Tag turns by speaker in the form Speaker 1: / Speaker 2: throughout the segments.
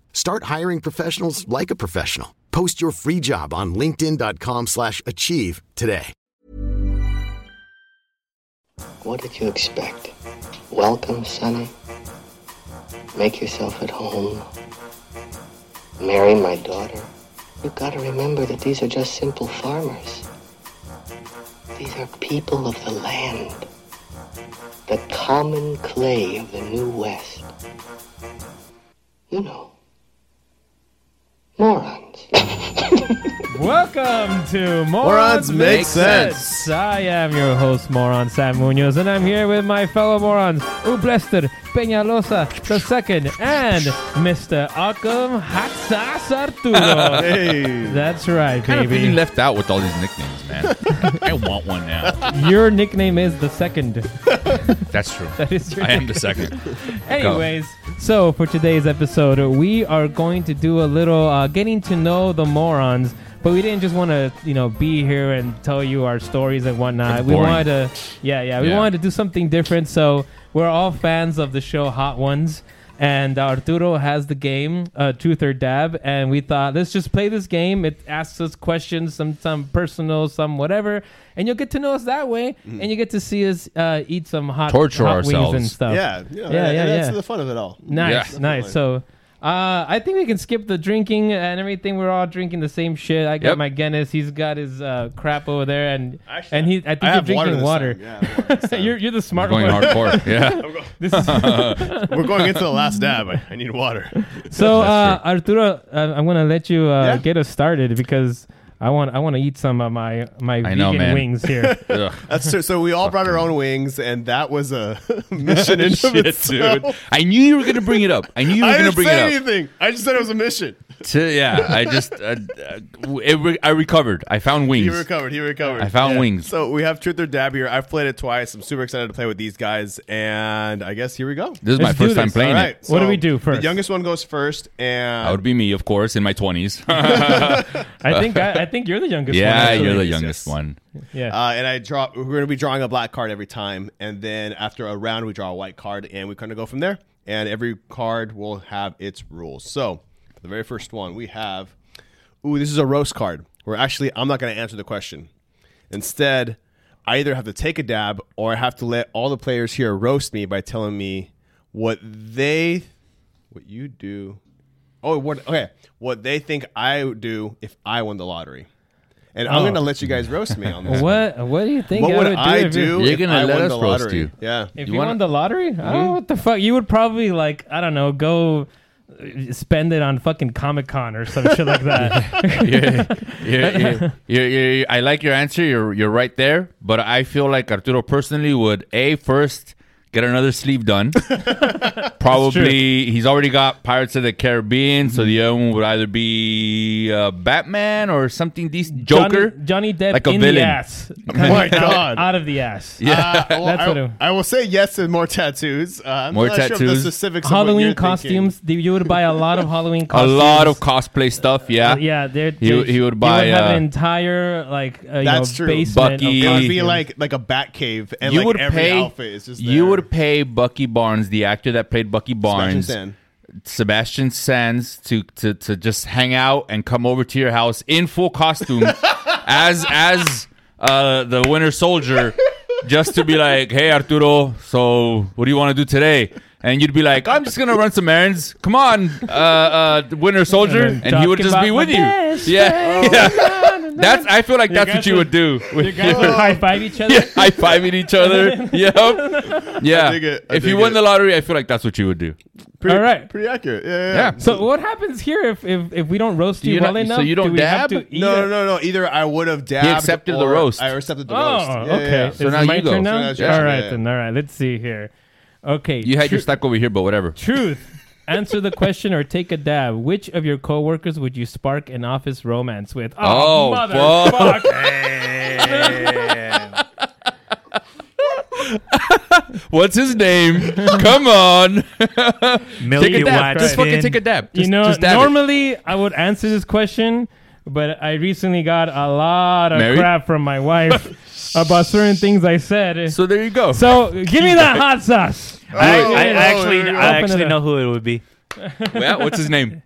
Speaker 1: Start hiring professionals like a professional. Post your free job on linkedin.com/achieve slash achieve today.
Speaker 2: What did you expect? Welcome, Sonny. Make yourself at home. Marry my daughter. You've got to remember that these are just simple farmers. These are people of the land. The common clay of the New West. You know. Morons.
Speaker 3: Welcome to Morons,
Speaker 4: Morons Make Sense.
Speaker 3: I am your host, Moron Sam Munoz, and I'm here with my fellow morons, Ublester Peñalosa the second, and Mr. Arkham Hatsas Arturo. That's right,
Speaker 4: kind of feeling
Speaker 3: baby.
Speaker 4: left out with all these nicknames, man. I want one now.
Speaker 3: Your nickname is the second.
Speaker 4: That's true.
Speaker 3: That is your
Speaker 4: I am the second.
Speaker 3: Anyways, so for today's episode, we are going to do a little uh, getting to know the morons. But we didn't just want to, you know, be here and tell you our stories and whatnot.
Speaker 4: It's
Speaker 3: We
Speaker 4: boring.
Speaker 3: wanted to, yeah, yeah, we
Speaker 4: Yeah.
Speaker 3: wanted to do something different. So we're all fans of the show Hot Ones, and Arturo has the game uh, Truth or Dab, and we thought let's just play this game. It asks us questions, some some personal, some whatever, and you'll get to know us that way, and you get to see us uh, eat some hot
Speaker 4: Mm. Torture
Speaker 3: hot wings
Speaker 4: ourselves.
Speaker 3: and stuff.
Speaker 5: Yeah, yeah,
Speaker 3: Yeah,
Speaker 5: and
Speaker 3: yeah,
Speaker 5: That's
Speaker 3: yeah.
Speaker 5: the fun of it all.
Speaker 3: Nice,
Speaker 4: Yeah.
Speaker 3: nice. So, uh, I think we can skip the drinking and everything. We're all drinking the same shit. I got
Speaker 4: Yep.
Speaker 3: my Guinness. He's got his uh, crap over there, and
Speaker 5: Actually,
Speaker 3: and he. I think you're
Speaker 5: I have water
Speaker 3: drinking
Speaker 5: this
Speaker 3: water.
Speaker 5: time. Yeah, I have water this time.
Speaker 3: you're you're the
Speaker 4: We're
Speaker 3: smart
Speaker 4: going
Speaker 3: one.
Speaker 4: hardcore. Yeah.
Speaker 3: This is-
Speaker 5: We're going into the last dab. I, I need water.
Speaker 3: so, uh, Arturo, uh, I'm gonna let you uh,
Speaker 5: Yeah.
Speaker 3: get us started because I want I want to eat some of my my
Speaker 4: I
Speaker 3: vegan
Speaker 4: know, man.
Speaker 3: wings here.
Speaker 4: Ugh.
Speaker 5: That's true. So we all brought our own wings, and that was a mission in of
Speaker 4: Shit,
Speaker 5: itself.
Speaker 4: dude. I knew you were gonna bring it up. I knew you were
Speaker 5: I
Speaker 4: gonna
Speaker 5: didn't
Speaker 4: bring
Speaker 5: say
Speaker 4: it up.
Speaker 5: anything. I just said it was a mission.
Speaker 4: T- yeah, I just uh, uh, it re- I recovered. I found wings.
Speaker 5: He recovered. He recovered.
Speaker 4: I found wings.
Speaker 5: So we have truth or dab here. I've played it twice. I'm super excited to play with these guys, and I guess here we go.
Speaker 4: this is my
Speaker 3: Let's do
Speaker 4: first time
Speaker 3: this.
Speaker 4: playing
Speaker 5: All right.
Speaker 4: it.
Speaker 3: What do
Speaker 5: so
Speaker 3: we do first?
Speaker 5: The youngest one goes first, and
Speaker 4: That would be me, of course, in my twenties.
Speaker 3: I think I, I think you're the youngest. one,
Speaker 4: yeah,
Speaker 3: actually.
Speaker 4: you're the
Speaker 5: Yes,
Speaker 4: youngest
Speaker 5: yes.
Speaker 4: one.
Speaker 3: Yeah.
Speaker 5: Uh, and I draw. We're going to be drawing a black card every time, and then after a round, we draw a white card, and we kind of go from there. And every card will have its rules. So, for the very first one, we have. Ooh, this is a roast card. Where actually, I'm not going to answer the question. Instead, I either have to take a dab, or I have to let all the players here roast me by telling me what they, what you do. Oh, what? Okay, what they think I would do if I won the lottery. And I'm
Speaker 3: Oh.
Speaker 5: going to let you guys roast me on this. one.
Speaker 3: what what do you think?
Speaker 5: What
Speaker 3: I
Speaker 5: would
Speaker 3: would
Speaker 5: I
Speaker 3: if you-
Speaker 5: do?
Speaker 4: You're
Speaker 5: if Uh,
Speaker 4: gonna
Speaker 5: I
Speaker 4: let
Speaker 5: won
Speaker 4: us
Speaker 5: the
Speaker 4: roast
Speaker 5: lottery?
Speaker 4: you.
Speaker 5: Yeah.
Speaker 3: If
Speaker 4: You
Speaker 3: you,
Speaker 4: wanna- Mm-hmm.
Speaker 3: won the lottery, I don't know what the fuck. You would probably like I don't know, go uh, spend it on fucking Comic Con or some shit like that.
Speaker 4: you're, you're, you're, you're, you're- I like your answer. You're you're right there, but I feel like Arturo personally would a first get another sleeve done. Probably he's already got Pirates of the Caribbean, so the other one would either be uh, Batman or something. Decent Joker,
Speaker 3: Johnny, Johnny Depp
Speaker 4: Like a
Speaker 3: in the
Speaker 4: villain. Oh
Speaker 3: ass.
Speaker 5: my
Speaker 3: out,
Speaker 5: God.
Speaker 3: out of the ass.
Speaker 4: yeah.
Speaker 5: Uh, well,
Speaker 3: That's
Speaker 5: I,
Speaker 3: what it-
Speaker 5: I will say yes to more tattoos. Uh, I'm
Speaker 4: More
Speaker 5: not Sure of the
Speaker 4: tattoos.
Speaker 5: specifics. of what
Speaker 3: Halloween
Speaker 5: you're thinking.
Speaker 3: costumes. the- You would buy a lot of Halloween
Speaker 4: a
Speaker 3: costumes.
Speaker 4: lot of cosplay stuff. Yeah,
Speaker 3: Uh, yeah, they're,
Speaker 4: He-
Speaker 3: they're-
Speaker 4: he would
Speaker 3: you
Speaker 4: buy,
Speaker 3: have
Speaker 4: uh,
Speaker 3: an entire like uh, you
Speaker 5: That's
Speaker 3: know,
Speaker 5: true.
Speaker 3: basement of
Speaker 4: Bucky.
Speaker 5: It would be
Speaker 3: costumes.
Speaker 5: like like a bat cave, and
Speaker 4: you
Speaker 5: like
Speaker 4: would
Speaker 5: every
Speaker 4: pay.
Speaker 5: outfit is just
Speaker 4: you
Speaker 5: there.
Speaker 4: would pay Bucky Barnes, the actor that played Bucky
Speaker 5: Scratch
Speaker 4: Barnes,
Speaker 5: and
Speaker 4: Sebastian Sands to, to to just hang out and come over to your house in full costume as as uh, the Winter Soldier, just to be like, "Hey Arturo, so what do you want to do today?" And you'd be like, "I'm just gonna run some errands. Come on, uh, uh, Winter Soldier,"
Speaker 3: And
Speaker 4: and he would
Speaker 3: talking
Speaker 4: just be
Speaker 3: about
Speaker 4: with
Speaker 3: my
Speaker 4: you.
Speaker 3: best
Speaker 4: Yeah,
Speaker 3: friend.
Speaker 4: That's. I feel like that's
Speaker 3: guys
Speaker 4: what you
Speaker 3: are-
Speaker 4: would do.
Speaker 3: You guys would high five each other.
Speaker 4: yeah, high fiving each other. Yep. Yeah.
Speaker 5: I dig it. I
Speaker 4: if you
Speaker 5: dig
Speaker 4: won
Speaker 5: it.
Speaker 4: the lottery, I feel like that's what you would do.
Speaker 5: Pretty,
Speaker 3: All right.
Speaker 5: Pretty accurate. Yeah. yeah,
Speaker 4: Yeah.
Speaker 5: yeah.
Speaker 3: So what happens here if if, if we don't roast you,
Speaker 4: You
Speaker 3: well
Speaker 4: don't-
Speaker 3: enough?
Speaker 4: so you don't
Speaker 3: do we have
Speaker 4: dab?
Speaker 3: to eat
Speaker 5: No,
Speaker 3: it?
Speaker 5: no, no, no. Either I would have dabbed.
Speaker 4: accepted the
Speaker 5: or
Speaker 4: roast.
Speaker 5: I accepted the roast.
Speaker 3: Oh,
Speaker 5: Yeah, yeah,
Speaker 3: okay.
Speaker 5: yeah.
Speaker 3: Is it
Speaker 4: now
Speaker 3: my
Speaker 4: you go.
Speaker 3: turn now?
Speaker 4: So
Speaker 5: now it's your
Speaker 3: all
Speaker 5: turn,
Speaker 3: right
Speaker 5: yeah.
Speaker 3: then. All right. Let's see here. Okay.
Speaker 4: You had your
Speaker 3: tru-
Speaker 4: stack over here, but whatever.
Speaker 3: truth. Answer the question or take a dab. Which of your coworkers would you spark an office romance with?
Speaker 4: Oh,
Speaker 3: motherfucker!
Speaker 4: What's his name? Come on. take a
Speaker 6: Milky
Speaker 4: dab.
Speaker 6: White.
Speaker 4: Just fucking
Speaker 6: Thin.
Speaker 4: take a dab. Just,
Speaker 3: you know,
Speaker 4: just dab it.
Speaker 3: normally I would answer this question, but I recently got a lot of
Speaker 4: Married?
Speaker 3: crap from my wife about certain things I said. So,
Speaker 4: So there you go.
Speaker 3: give me that hot sauce.
Speaker 6: I,
Speaker 5: Oh,
Speaker 6: I
Speaker 5: oh,
Speaker 6: actually,
Speaker 5: oh,
Speaker 6: I
Speaker 3: open it
Speaker 6: actually
Speaker 3: up.
Speaker 6: know who it would be.
Speaker 4: yeah, what's his name?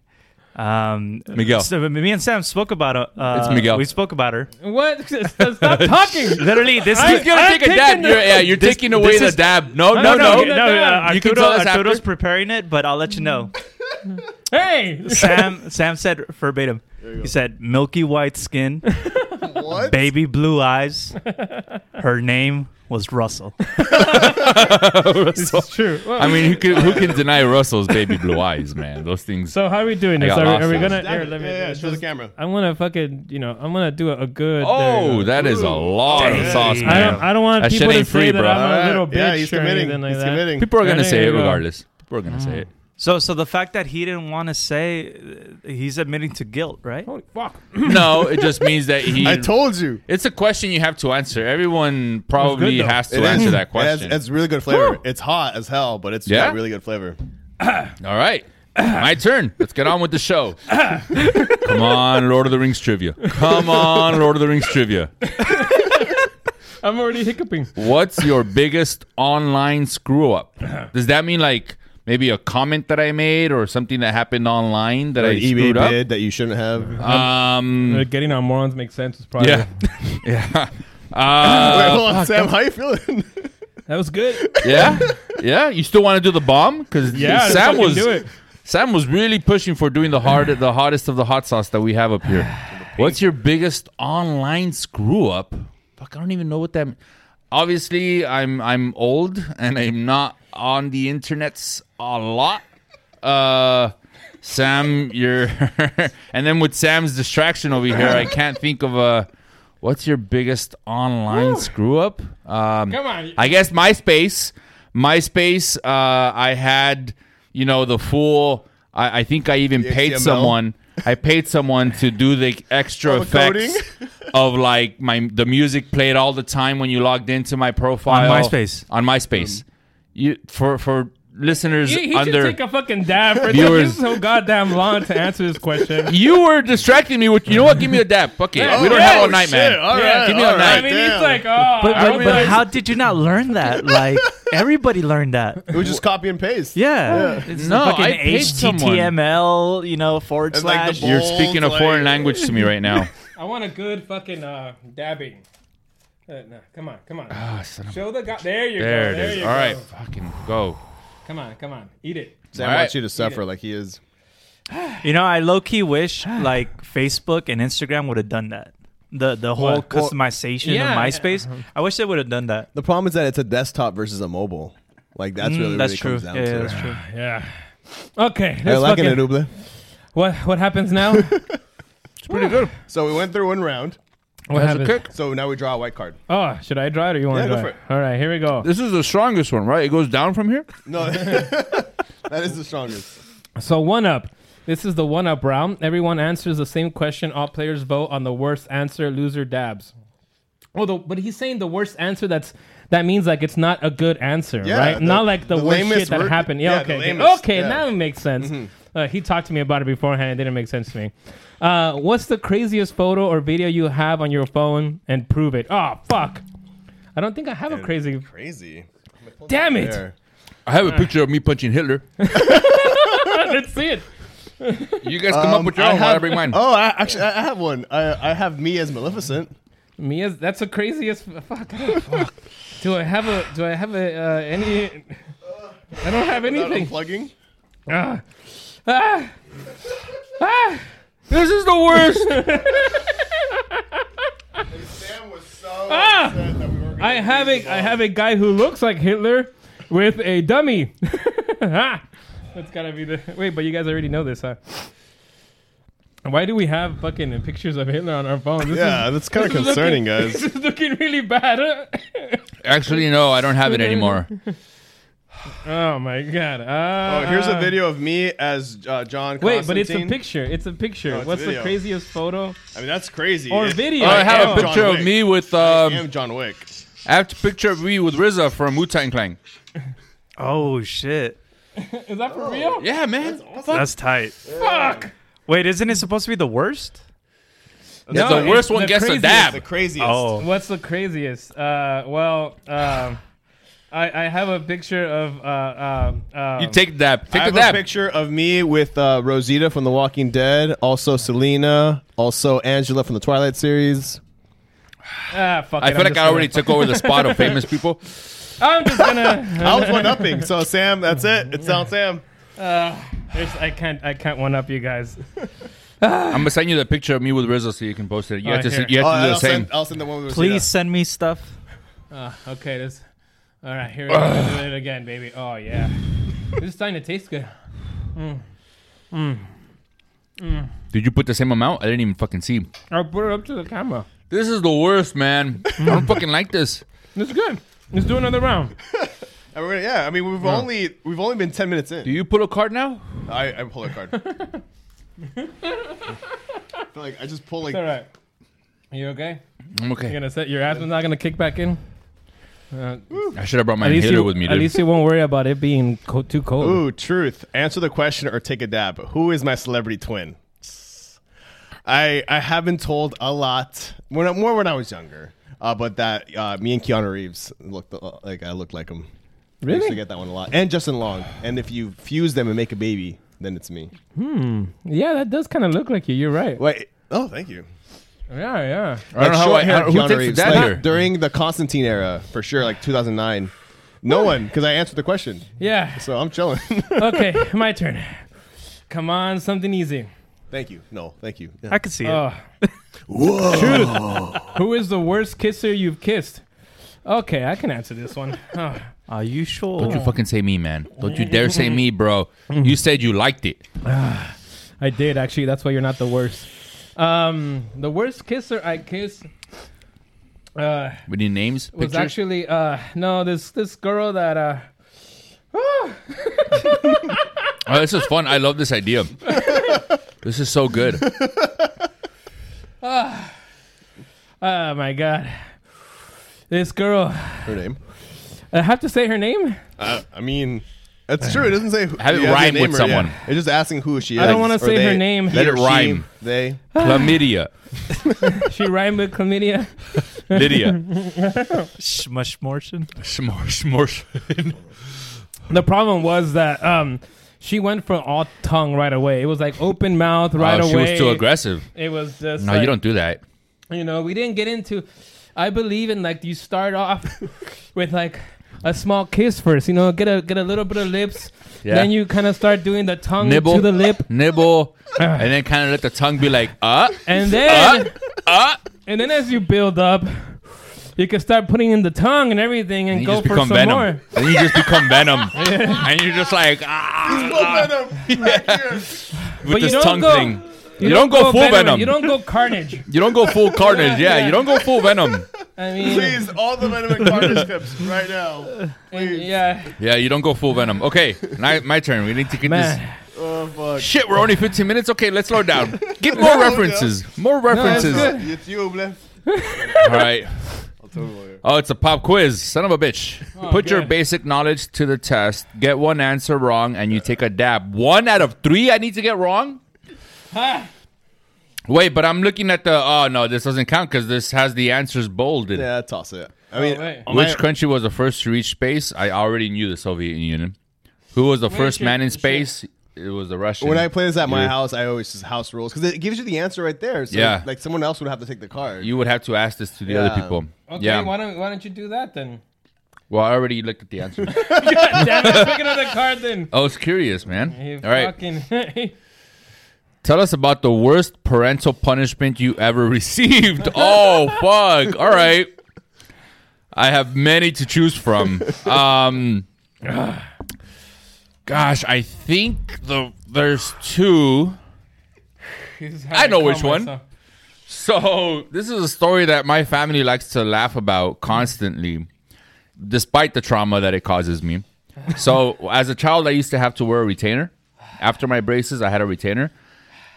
Speaker 6: Um,
Speaker 4: Miguel.
Speaker 6: so me and Sam spoke about her. Uh,
Speaker 4: It's Miguel.
Speaker 6: We spoke about her.
Speaker 3: What? Stop talking.
Speaker 6: Literally, this
Speaker 3: I-
Speaker 6: is
Speaker 4: He's gonna
Speaker 3: I'm
Speaker 4: take a
Speaker 3: taking
Speaker 4: dab.
Speaker 3: the-
Speaker 4: You're, yeah, you're
Speaker 6: This-
Speaker 4: taking away
Speaker 6: this
Speaker 4: the
Speaker 6: is-
Speaker 4: dab. No,
Speaker 3: I don't
Speaker 4: no, no.
Speaker 3: know.
Speaker 6: no,
Speaker 3: Okay,
Speaker 6: no. Uh,
Speaker 4: You can
Speaker 6: Arturo,
Speaker 4: tell us after.
Speaker 6: Arturo's preparing it, but I'll let you know.
Speaker 3: Hey,
Speaker 6: Sam, Sam said verbatim. He said, "Milky white skin,
Speaker 5: What?
Speaker 6: baby blue eyes. Her name was Russell."
Speaker 3: this is true. Well,
Speaker 4: I mean, who can, who can deny Russell's baby blue eyes, man? Those things.
Speaker 3: so how are we doing
Speaker 4: I
Speaker 3: this?
Speaker 4: got
Speaker 3: Are, we-
Speaker 4: lost
Speaker 3: are we
Speaker 4: there.
Speaker 3: gonna?
Speaker 5: Dab
Speaker 3: Here,
Speaker 5: it.
Speaker 3: let me.
Speaker 5: yeah, yeah,
Speaker 3: let's
Speaker 5: show the
Speaker 3: just-
Speaker 5: camera.
Speaker 3: I'm gonna fucking, you know, I'm gonna do a, a good. there you
Speaker 4: oh,
Speaker 3: go.
Speaker 4: that is a lot of
Speaker 6: Damn.
Speaker 4: sauce,
Speaker 3: I
Speaker 4: man.
Speaker 3: don't, I don't want
Speaker 4: That shit
Speaker 3: people to
Speaker 4: ain't
Speaker 3: say
Speaker 4: free,
Speaker 3: that
Speaker 4: bro.
Speaker 3: I'm a little bitch
Speaker 5: Yeah, he's
Speaker 3: or
Speaker 5: committing.
Speaker 3: anything like
Speaker 5: He's
Speaker 3: that.
Speaker 5: committing.
Speaker 4: People are
Speaker 3: Yeah,
Speaker 4: gonna
Speaker 3: there
Speaker 4: say
Speaker 3: you
Speaker 4: it
Speaker 3: go.
Speaker 4: regardless. People are gonna say it.
Speaker 6: So, so the fact that he didn't want to say, uh, he's admitting to guilt, right?
Speaker 3: Holy fuck!
Speaker 4: No, it just means that he.
Speaker 5: I told you.
Speaker 4: It's a question you have to answer. Everyone probably
Speaker 3: though.
Speaker 4: has to
Speaker 5: It is.
Speaker 4: answer that
Speaker 5: It has-
Speaker 4: question.
Speaker 5: it's really good flavor. It's hot as hell, but it's
Speaker 4: Yeah?
Speaker 5: got really good flavor.
Speaker 4: All right. My turn. Let's get on with the show. Come on, Lord of the Rings trivia. Come on, Lord of the Rings trivia.
Speaker 3: I'm already hiccuping.
Speaker 4: What's your biggest online screw up? Does that mean like maybe a comment that I made or something that happened online that I
Speaker 5: An eBay
Speaker 4: screwed up?
Speaker 5: bid that you shouldn't have.
Speaker 4: Um,
Speaker 3: Uh, Getting on morons makes sense. Is probably
Speaker 4: yeah, yeah,
Speaker 5: Wait,
Speaker 4: uh,
Speaker 5: hold on, Sam. How you feeling?
Speaker 3: that was good.
Speaker 4: yeah, yeah. You still want to do the bomb? Because
Speaker 3: Yeah,
Speaker 4: Sam was
Speaker 3: do it.
Speaker 4: Sam was really pushing for doing the hard, the hottest of the hot sauce that we have up here. What's your biggest online screw up? Fuck, I don't even know what that. Mean. Obviously, I'm I'm old and I'm not on the internets a lot. Uh, Sam, you're, and then with Sam's distraction over here, I can't think of a. What's your biggest online screw up? Um,
Speaker 3: Come on.
Speaker 4: I guess MySpace. MySpace. Uh, I had, you know, the full. I, I think I even paid
Speaker 5: XML?
Speaker 4: someone. I paid someone to do the extra
Speaker 5: Oh, coding?
Speaker 4: effects of like my the music played all the time when you logged into my profile
Speaker 6: MySpace.
Speaker 4: On MySpace, you for for listeners
Speaker 3: He, he
Speaker 4: under.
Speaker 3: should take a fucking dab for
Speaker 4: Viewers.
Speaker 3: this. This is so goddamn long to answer this question.
Speaker 4: you were distracting me with you know what? Give me a dab. Fuck it.
Speaker 3: Yeah.
Speaker 4: we don't
Speaker 3: Oh,
Speaker 4: have all
Speaker 3: shit.
Speaker 4: night, man.
Speaker 5: All
Speaker 3: Yeah.
Speaker 5: right,
Speaker 4: Give me
Speaker 5: all
Speaker 4: a
Speaker 5: right,
Speaker 3: I mean, he's
Speaker 5: damn.
Speaker 3: like, oh,
Speaker 6: But,
Speaker 3: I
Speaker 6: but, but
Speaker 3: realized-
Speaker 6: how did you not learn that? Like everybody learned that.
Speaker 5: It was just copy and paste.
Speaker 6: Yeah. It's
Speaker 4: No,
Speaker 6: the fucking
Speaker 4: I paid
Speaker 6: HTML, you know, forward
Speaker 5: And, like, the
Speaker 6: slash.
Speaker 4: You're
Speaker 5: Bold,
Speaker 4: speaking a
Speaker 5: like-
Speaker 4: foreign language to me right now.
Speaker 3: I want a good fucking uh, dabbing. Uh, no, come on, come on.
Speaker 4: Ah,
Speaker 3: Show the guy. There you go.
Speaker 4: There it
Speaker 3: there
Speaker 4: is.
Speaker 3: you
Speaker 4: All
Speaker 3: go.
Speaker 4: right, fucking go.
Speaker 3: Come on, come on. Eat it.
Speaker 4: All
Speaker 5: Sam wants
Speaker 4: right.
Speaker 5: you to suffer like he is.
Speaker 6: You know, I low key wish like Facebook and Instagram would have done that. The the whole
Speaker 3: What?
Speaker 6: customization
Speaker 3: Yeah.
Speaker 6: of MySpace. I wish they would have done that.
Speaker 5: The problem is that it's a desktop versus a mobile. Like that's
Speaker 6: Mm,
Speaker 5: really
Speaker 6: that's
Speaker 5: really
Speaker 6: true.
Speaker 5: comes down
Speaker 6: yeah,
Speaker 5: to.
Speaker 6: yeah, that's true.
Speaker 3: Yeah. Okay.
Speaker 5: I
Speaker 3: Let's
Speaker 5: like
Speaker 3: fucking,
Speaker 5: it, Anuble.
Speaker 3: what what happens now? what
Speaker 4: Pretty good.
Speaker 5: So we went through one round.
Speaker 3: happens?
Speaker 5: So now we draw a white card.
Speaker 3: Oh, should I draw it or you want
Speaker 5: Yeah,
Speaker 3: to
Speaker 5: go
Speaker 3: draw
Speaker 5: for
Speaker 3: it?
Speaker 5: it.
Speaker 3: All right, here we go.
Speaker 4: This is the strongest one, right? It goes down from here.
Speaker 5: No, that is the strongest.
Speaker 3: So one up. This is the one up round. Everyone answers the same question. All players vote on the worst answer. Loser dabs. Oh, the, but he's saying the worst answer. That's that means like it's not a good answer,
Speaker 5: Yeah,
Speaker 3: right?
Speaker 5: the-
Speaker 3: not like the,
Speaker 5: the
Speaker 3: worst shit
Speaker 5: lamest
Speaker 3: that
Speaker 5: word-
Speaker 3: happened. Yeah,
Speaker 5: yeah, the
Speaker 3: okay, okay.
Speaker 5: lamest,
Speaker 3: okay,
Speaker 5: yeah. Mm-hmm.
Speaker 3: now it makes sense. Uh, he talked to me about it beforehand. It didn't make sense to me. Uh, what's the craziest photo or video you have on your phone and prove it? Oh fuck! I don't think I have a crazy.
Speaker 5: Crazy.
Speaker 3: Damn it!
Speaker 5: There.
Speaker 4: I have a picture of me punching Hitler.
Speaker 3: Let's see it.
Speaker 4: You guys come up with your own. while I bring mine.
Speaker 5: Oh, I, actually, I I have one. I, I have me as Maleficent.
Speaker 3: Mia's that's the craziest fuck. oh, fuck. Do I have a do I have a uh, any I don't have anything.
Speaker 5: Plugging.
Speaker 3: Ah. Ah. Ah.
Speaker 4: This is the worst.
Speaker 3: Ah! I have a I have a guy who looks like Hitler with a dummy. Ah! That's gotta be the wait. But you guys already know this, huh? Why do we have fucking pictures of Hitler on our phone? This
Speaker 5: Yeah, that's kind of
Speaker 3: this is
Speaker 5: concerning,
Speaker 3: looking-
Speaker 5: guys.
Speaker 3: This is looking really bad.
Speaker 4: Actually, no, I don't have it anymore.
Speaker 3: oh my god. Uh,
Speaker 5: Oh, here's a
Speaker 3: uh,
Speaker 5: video of me as uh, John.
Speaker 3: Wait, but it's a
Speaker 5: Constantine.
Speaker 3: picture. It's a picture.
Speaker 5: it's a
Speaker 3: What's the
Speaker 5: video.
Speaker 3: craziest photo?
Speaker 5: I mean, that's crazy.
Speaker 3: Or
Speaker 5: It-
Speaker 3: video.
Speaker 4: Oh, I
Speaker 3: Oh.
Speaker 4: have a
Speaker 5: John
Speaker 4: picture of
Speaker 5: Wick.
Speaker 4: me with
Speaker 5: I
Speaker 4: um,
Speaker 5: am John Wick.
Speaker 4: I have a picture of me with RZA from Wu Tang Clan.
Speaker 6: Oh shit,
Speaker 3: Is that
Speaker 5: Oh.
Speaker 3: for real?
Speaker 4: Yeah, man,
Speaker 6: that's tight.
Speaker 3: Fuck.
Speaker 6: Wait, isn't it supposed to be the worst?
Speaker 4: It's
Speaker 3: No,
Speaker 4: the worst
Speaker 3: it's
Speaker 4: one
Speaker 3: the
Speaker 4: gets a
Speaker 3: craziest.
Speaker 5: The
Speaker 4: dab.
Speaker 5: craziest.
Speaker 6: Oh,
Speaker 3: What's the craziest? Uh, well, um, I, I have a picture of. Uh, um, um,
Speaker 4: You take the dab. Take
Speaker 5: I
Speaker 4: the
Speaker 5: have
Speaker 4: dab.
Speaker 5: a picture of me with uh, Rosita from The Walking Dead, also Selena, also Angela from the Twilight series.
Speaker 3: ah, fuck
Speaker 4: I
Speaker 3: it, I'm
Speaker 4: feel like
Speaker 3: just
Speaker 4: I
Speaker 3: gonna-
Speaker 4: already took over the spot of famous people.
Speaker 3: I'm just gonna.
Speaker 5: I was one upping. So Sam, that's it. It's down Sam.
Speaker 3: There's- I can't. I can't one up you guys.
Speaker 4: I'm gonna send you the picture of me with RZA so you can post it. You
Speaker 3: All
Speaker 4: have to,
Speaker 3: right,
Speaker 4: see,
Speaker 3: here.
Speaker 4: you have
Speaker 5: Oh,
Speaker 4: to do
Speaker 5: I'll,
Speaker 4: the same.
Speaker 5: send, I'll send the one with Rosita.
Speaker 6: please send me stuff.
Speaker 3: Uh, okay, this. All right, here we go. Do it again, baby. Oh yeah, this is starting to taste good.
Speaker 4: Did you put the same amount? I didn't even fucking see.
Speaker 3: I'll put it up to the camera.
Speaker 4: This is the worst, man. I don't fucking like this.
Speaker 3: It's good. Let's do another round.
Speaker 5: And we're gonna- yeah, I mean we've only we've only been ten minutes in.
Speaker 4: Do you pull a card now?
Speaker 5: I, I pull a card. I feel like I just pull like
Speaker 3: It's all right. You okay?
Speaker 4: I'm okay.
Speaker 3: You gonna set your ass? is not gonna kick back in.
Speaker 4: I should have brought my
Speaker 3: At least
Speaker 4: inhaler
Speaker 3: you.
Speaker 4: with me,
Speaker 3: at
Speaker 4: dude.
Speaker 3: least you won't worry about it being co- too cold.
Speaker 5: Ooh, truth. Answer the question or take a dab. Who is my celebrity twin? I I have been told a lot when I, more when I was younger, uh, but that uh, me and Keanu Reeves looked uh, like I looked like him. I used to
Speaker 3: really?
Speaker 5: get that one a lot. And Justin Long. And if you fuse them and make a baby, then it's me.
Speaker 3: Yeah, that does kind of look like you. You're right.
Speaker 5: Wait. Oh, thank you.
Speaker 3: Yeah, yeah.
Speaker 4: I don't know how I,
Speaker 5: Short-haired
Speaker 4: how, who
Speaker 5: Keanu
Speaker 4: takes
Speaker 5: Reeves,
Speaker 4: the dab
Speaker 5: like,
Speaker 4: here?
Speaker 5: during the Constantine era for sure, like 2009. No one, because I answered the question,
Speaker 3: Yeah.
Speaker 5: so I'm chilling.
Speaker 3: Okay, my turn. Come on, something easy.
Speaker 5: thank you. No, thank you. Yeah.
Speaker 6: I could see it.
Speaker 3: Oh. Truth. Who is the worst kisser you've kissed? Okay, I can answer this one. Oh.
Speaker 6: Are you sure?
Speaker 4: Don't you fucking say me, man. Don't you dare say me, bro. You said you liked it.
Speaker 3: I did actually. That's why you're not the worst. Um, the worst kisser I kissed uh,
Speaker 4: We need names,
Speaker 3: was
Speaker 4: pictures.
Speaker 3: actually uh, no this this girl that uh,
Speaker 4: oh, this is fun. I love this idea. this is so good.
Speaker 3: oh my god, this girl.
Speaker 5: Her name.
Speaker 3: I have to say her name.
Speaker 5: Uh, I mean, that's true. It doesn't say who,
Speaker 4: Have it
Speaker 5: yeah,
Speaker 4: rhyme
Speaker 5: name
Speaker 4: with
Speaker 5: or- yeah.
Speaker 4: someone.
Speaker 5: It's just asking who she is.
Speaker 3: I don't wanna
Speaker 5: or
Speaker 3: say her
Speaker 5: they-
Speaker 3: name.
Speaker 5: he
Speaker 4: Let it
Speaker 5: or she,
Speaker 4: rhyme.
Speaker 5: They.
Speaker 4: Chlamydia,
Speaker 3: She rhymed with chlamydia.
Speaker 4: Lydia,
Speaker 6: Schmushmortion.
Speaker 4: Shmorsh, Shmorsh.
Speaker 3: The problem was that um, she went for all tongue right away. It was like open mouth right
Speaker 4: Oh, she
Speaker 3: away.
Speaker 4: was too aggressive.
Speaker 3: It was just
Speaker 4: No,
Speaker 3: like,
Speaker 4: you don't do that.
Speaker 3: You know, we didn't get into. I believe in like you start off with like a small kiss first. You know, get a get a little bit of lips.
Speaker 4: Yeah.
Speaker 3: Then you kind of start doing the tongue
Speaker 4: Nibble
Speaker 3: to the lip,
Speaker 4: nibble, and then kind of let the tongue be like, uh,
Speaker 3: and then
Speaker 4: uh.
Speaker 3: and then as you build up, you can start putting in the tongue and everything, and,
Speaker 4: And you
Speaker 3: go
Speaker 4: just
Speaker 3: for some
Speaker 4: become venom.
Speaker 3: more.
Speaker 4: Then you just become venom, and you're just like, ah, with
Speaker 3: But you
Speaker 4: this
Speaker 3: don't
Speaker 4: tongue
Speaker 3: go-
Speaker 4: thing. You, don't, go, full venom.
Speaker 3: You don't go carnage.
Speaker 4: You don't go full carnage. Yeah, you don't go full venom.
Speaker 3: I mean,
Speaker 5: Please, all the venom and carnage clips right now.
Speaker 3: yeah,
Speaker 4: Yeah, you don't go full venom. Okay, now my turn. We need to get
Speaker 3: man.
Speaker 5: Oh fuck.
Speaker 4: this. Shit, we're only 15 minutes. Okay, let's slow down. Get more references. More references.
Speaker 3: good.
Speaker 5: It's you, Bliff.
Speaker 4: All right. Oh, it's a pop quiz. Son of a bitch. Put your
Speaker 3: God.
Speaker 4: basic knowledge to the test. Get one answer wrong, and you take a dab. One out of three I need to get wrong?
Speaker 3: Ah.
Speaker 4: Wait, but I'm looking at the. Oh, no, this doesn't count because this has the answers bolded.
Speaker 5: Yeah, toss it. I mean,
Speaker 3: wait.
Speaker 4: Which
Speaker 5: my-
Speaker 4: country was the first to reach space? I already knew the Soviet Union. Who was the first
Speaker 3: should-
Speaker 4: man in
Speaker 3: should-
Speaker 4: space? It was the Russian.
Speaker 5: when I play this at my
Speaker 4: You-
Speaker 5: house, I always just house rules because it gives you the answer right there. So
Speaker 4: Yeah.
Speaker 5: like someone else would have to take the card.
Speaker 4: You would have to ask this to the
Speaker 5: Yeah.
Speaker 4: other people.
Speaker 3: Okay,
Speaker 4: yeah.
Speaker 3: why don't why don't you do that then?
Speaker 4: well, I already looked at the answer.
Speaker 3: Damn it, pick another card then.
Speaker 4: I was curious, man.
Speaker 3: You
Speaker 4: All right.
Speaker 3: fucking-
Speaker 4: Tell us about the worst parental punishment you ever received. oh, fuck. All right. I have many to choose from. Um, gosh, I think the there's two. I know Oh, which one. So this is a story that my family likes to laugh about constantly, despite the trauma that it causes me. So as a child, I used to have to wear a retainer. After my braces, I had a retainer.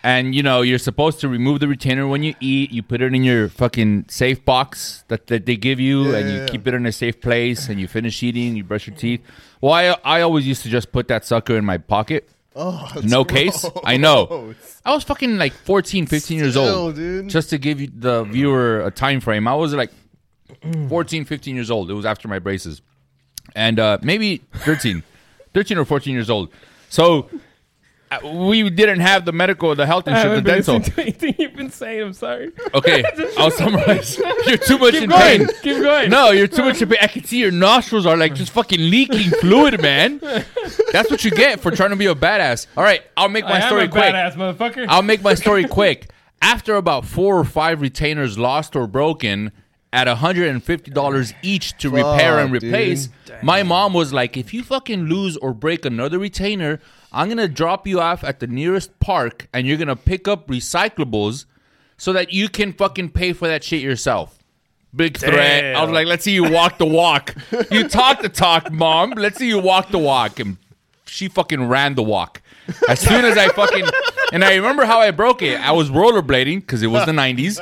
Speaker 4: And you know, you're supposed to remove the retainer when you eat. You put it in your fucking safe box that, that they give you, and you keep it in a safe place. And you finish eating, you brush your teeth. Well, I, I always used to just put that sucker in my pocket. Oh, no case. I know. I was fucking like 14, 15 years
Speaker 5: Still,
Speaker 4: old.
Speaker 5: dude.
Speaker 4: Just to give you- the viewer a time frame, I was like 14, 15 years old. It was after my braces and uh, maybe 13, 13 or 14 years old. So uh, we didn't have the medical, the health
Speaker 3: I
Speaker 4: insurance,
Speaker 3: haven't
Speaker 4: the
Speaker 3: been
Speaker 4: dental.
Speaker 3: listening to anything you've been saying. I'm sorry.
Speaker 4: Okay, I'll summarize. You're too much
Speaker 3: Keep
Speaker 4: in
Speaker 3: going.
Speaker 4: pain.
Speaker 3: Keep going.
Speaker 4: No, you're too much in pain. I can see your nostrils are like just fucking leaking fluid, man. That's what you get for trying to be a badass. All right, I'll make my
Speaker 3: I
Speaker 4: story
Speaker 3: am a
Speaker 4: quick. Um,
Speaker 3: badass motherfucker.
Speaker 4: I'll make my story quick. After about four or five retainers lost or broken at $150 each to repair and
Speaker 5: Fuck,
Speaker 4: replace, my mom was like, if you fucking lose or break another retainer, I'm going to drop you off at the nearest park and you're going to pick up recyclables so that you can fucking pay for that shit yourself. Big threat. I was like, let's see you walk the walk. you talk the talk, mom. Let's see you walk the walk. And she fucking ran the walk. As soon as I fucking and I remember how I broke it. I was rollerblading because it was the nineties.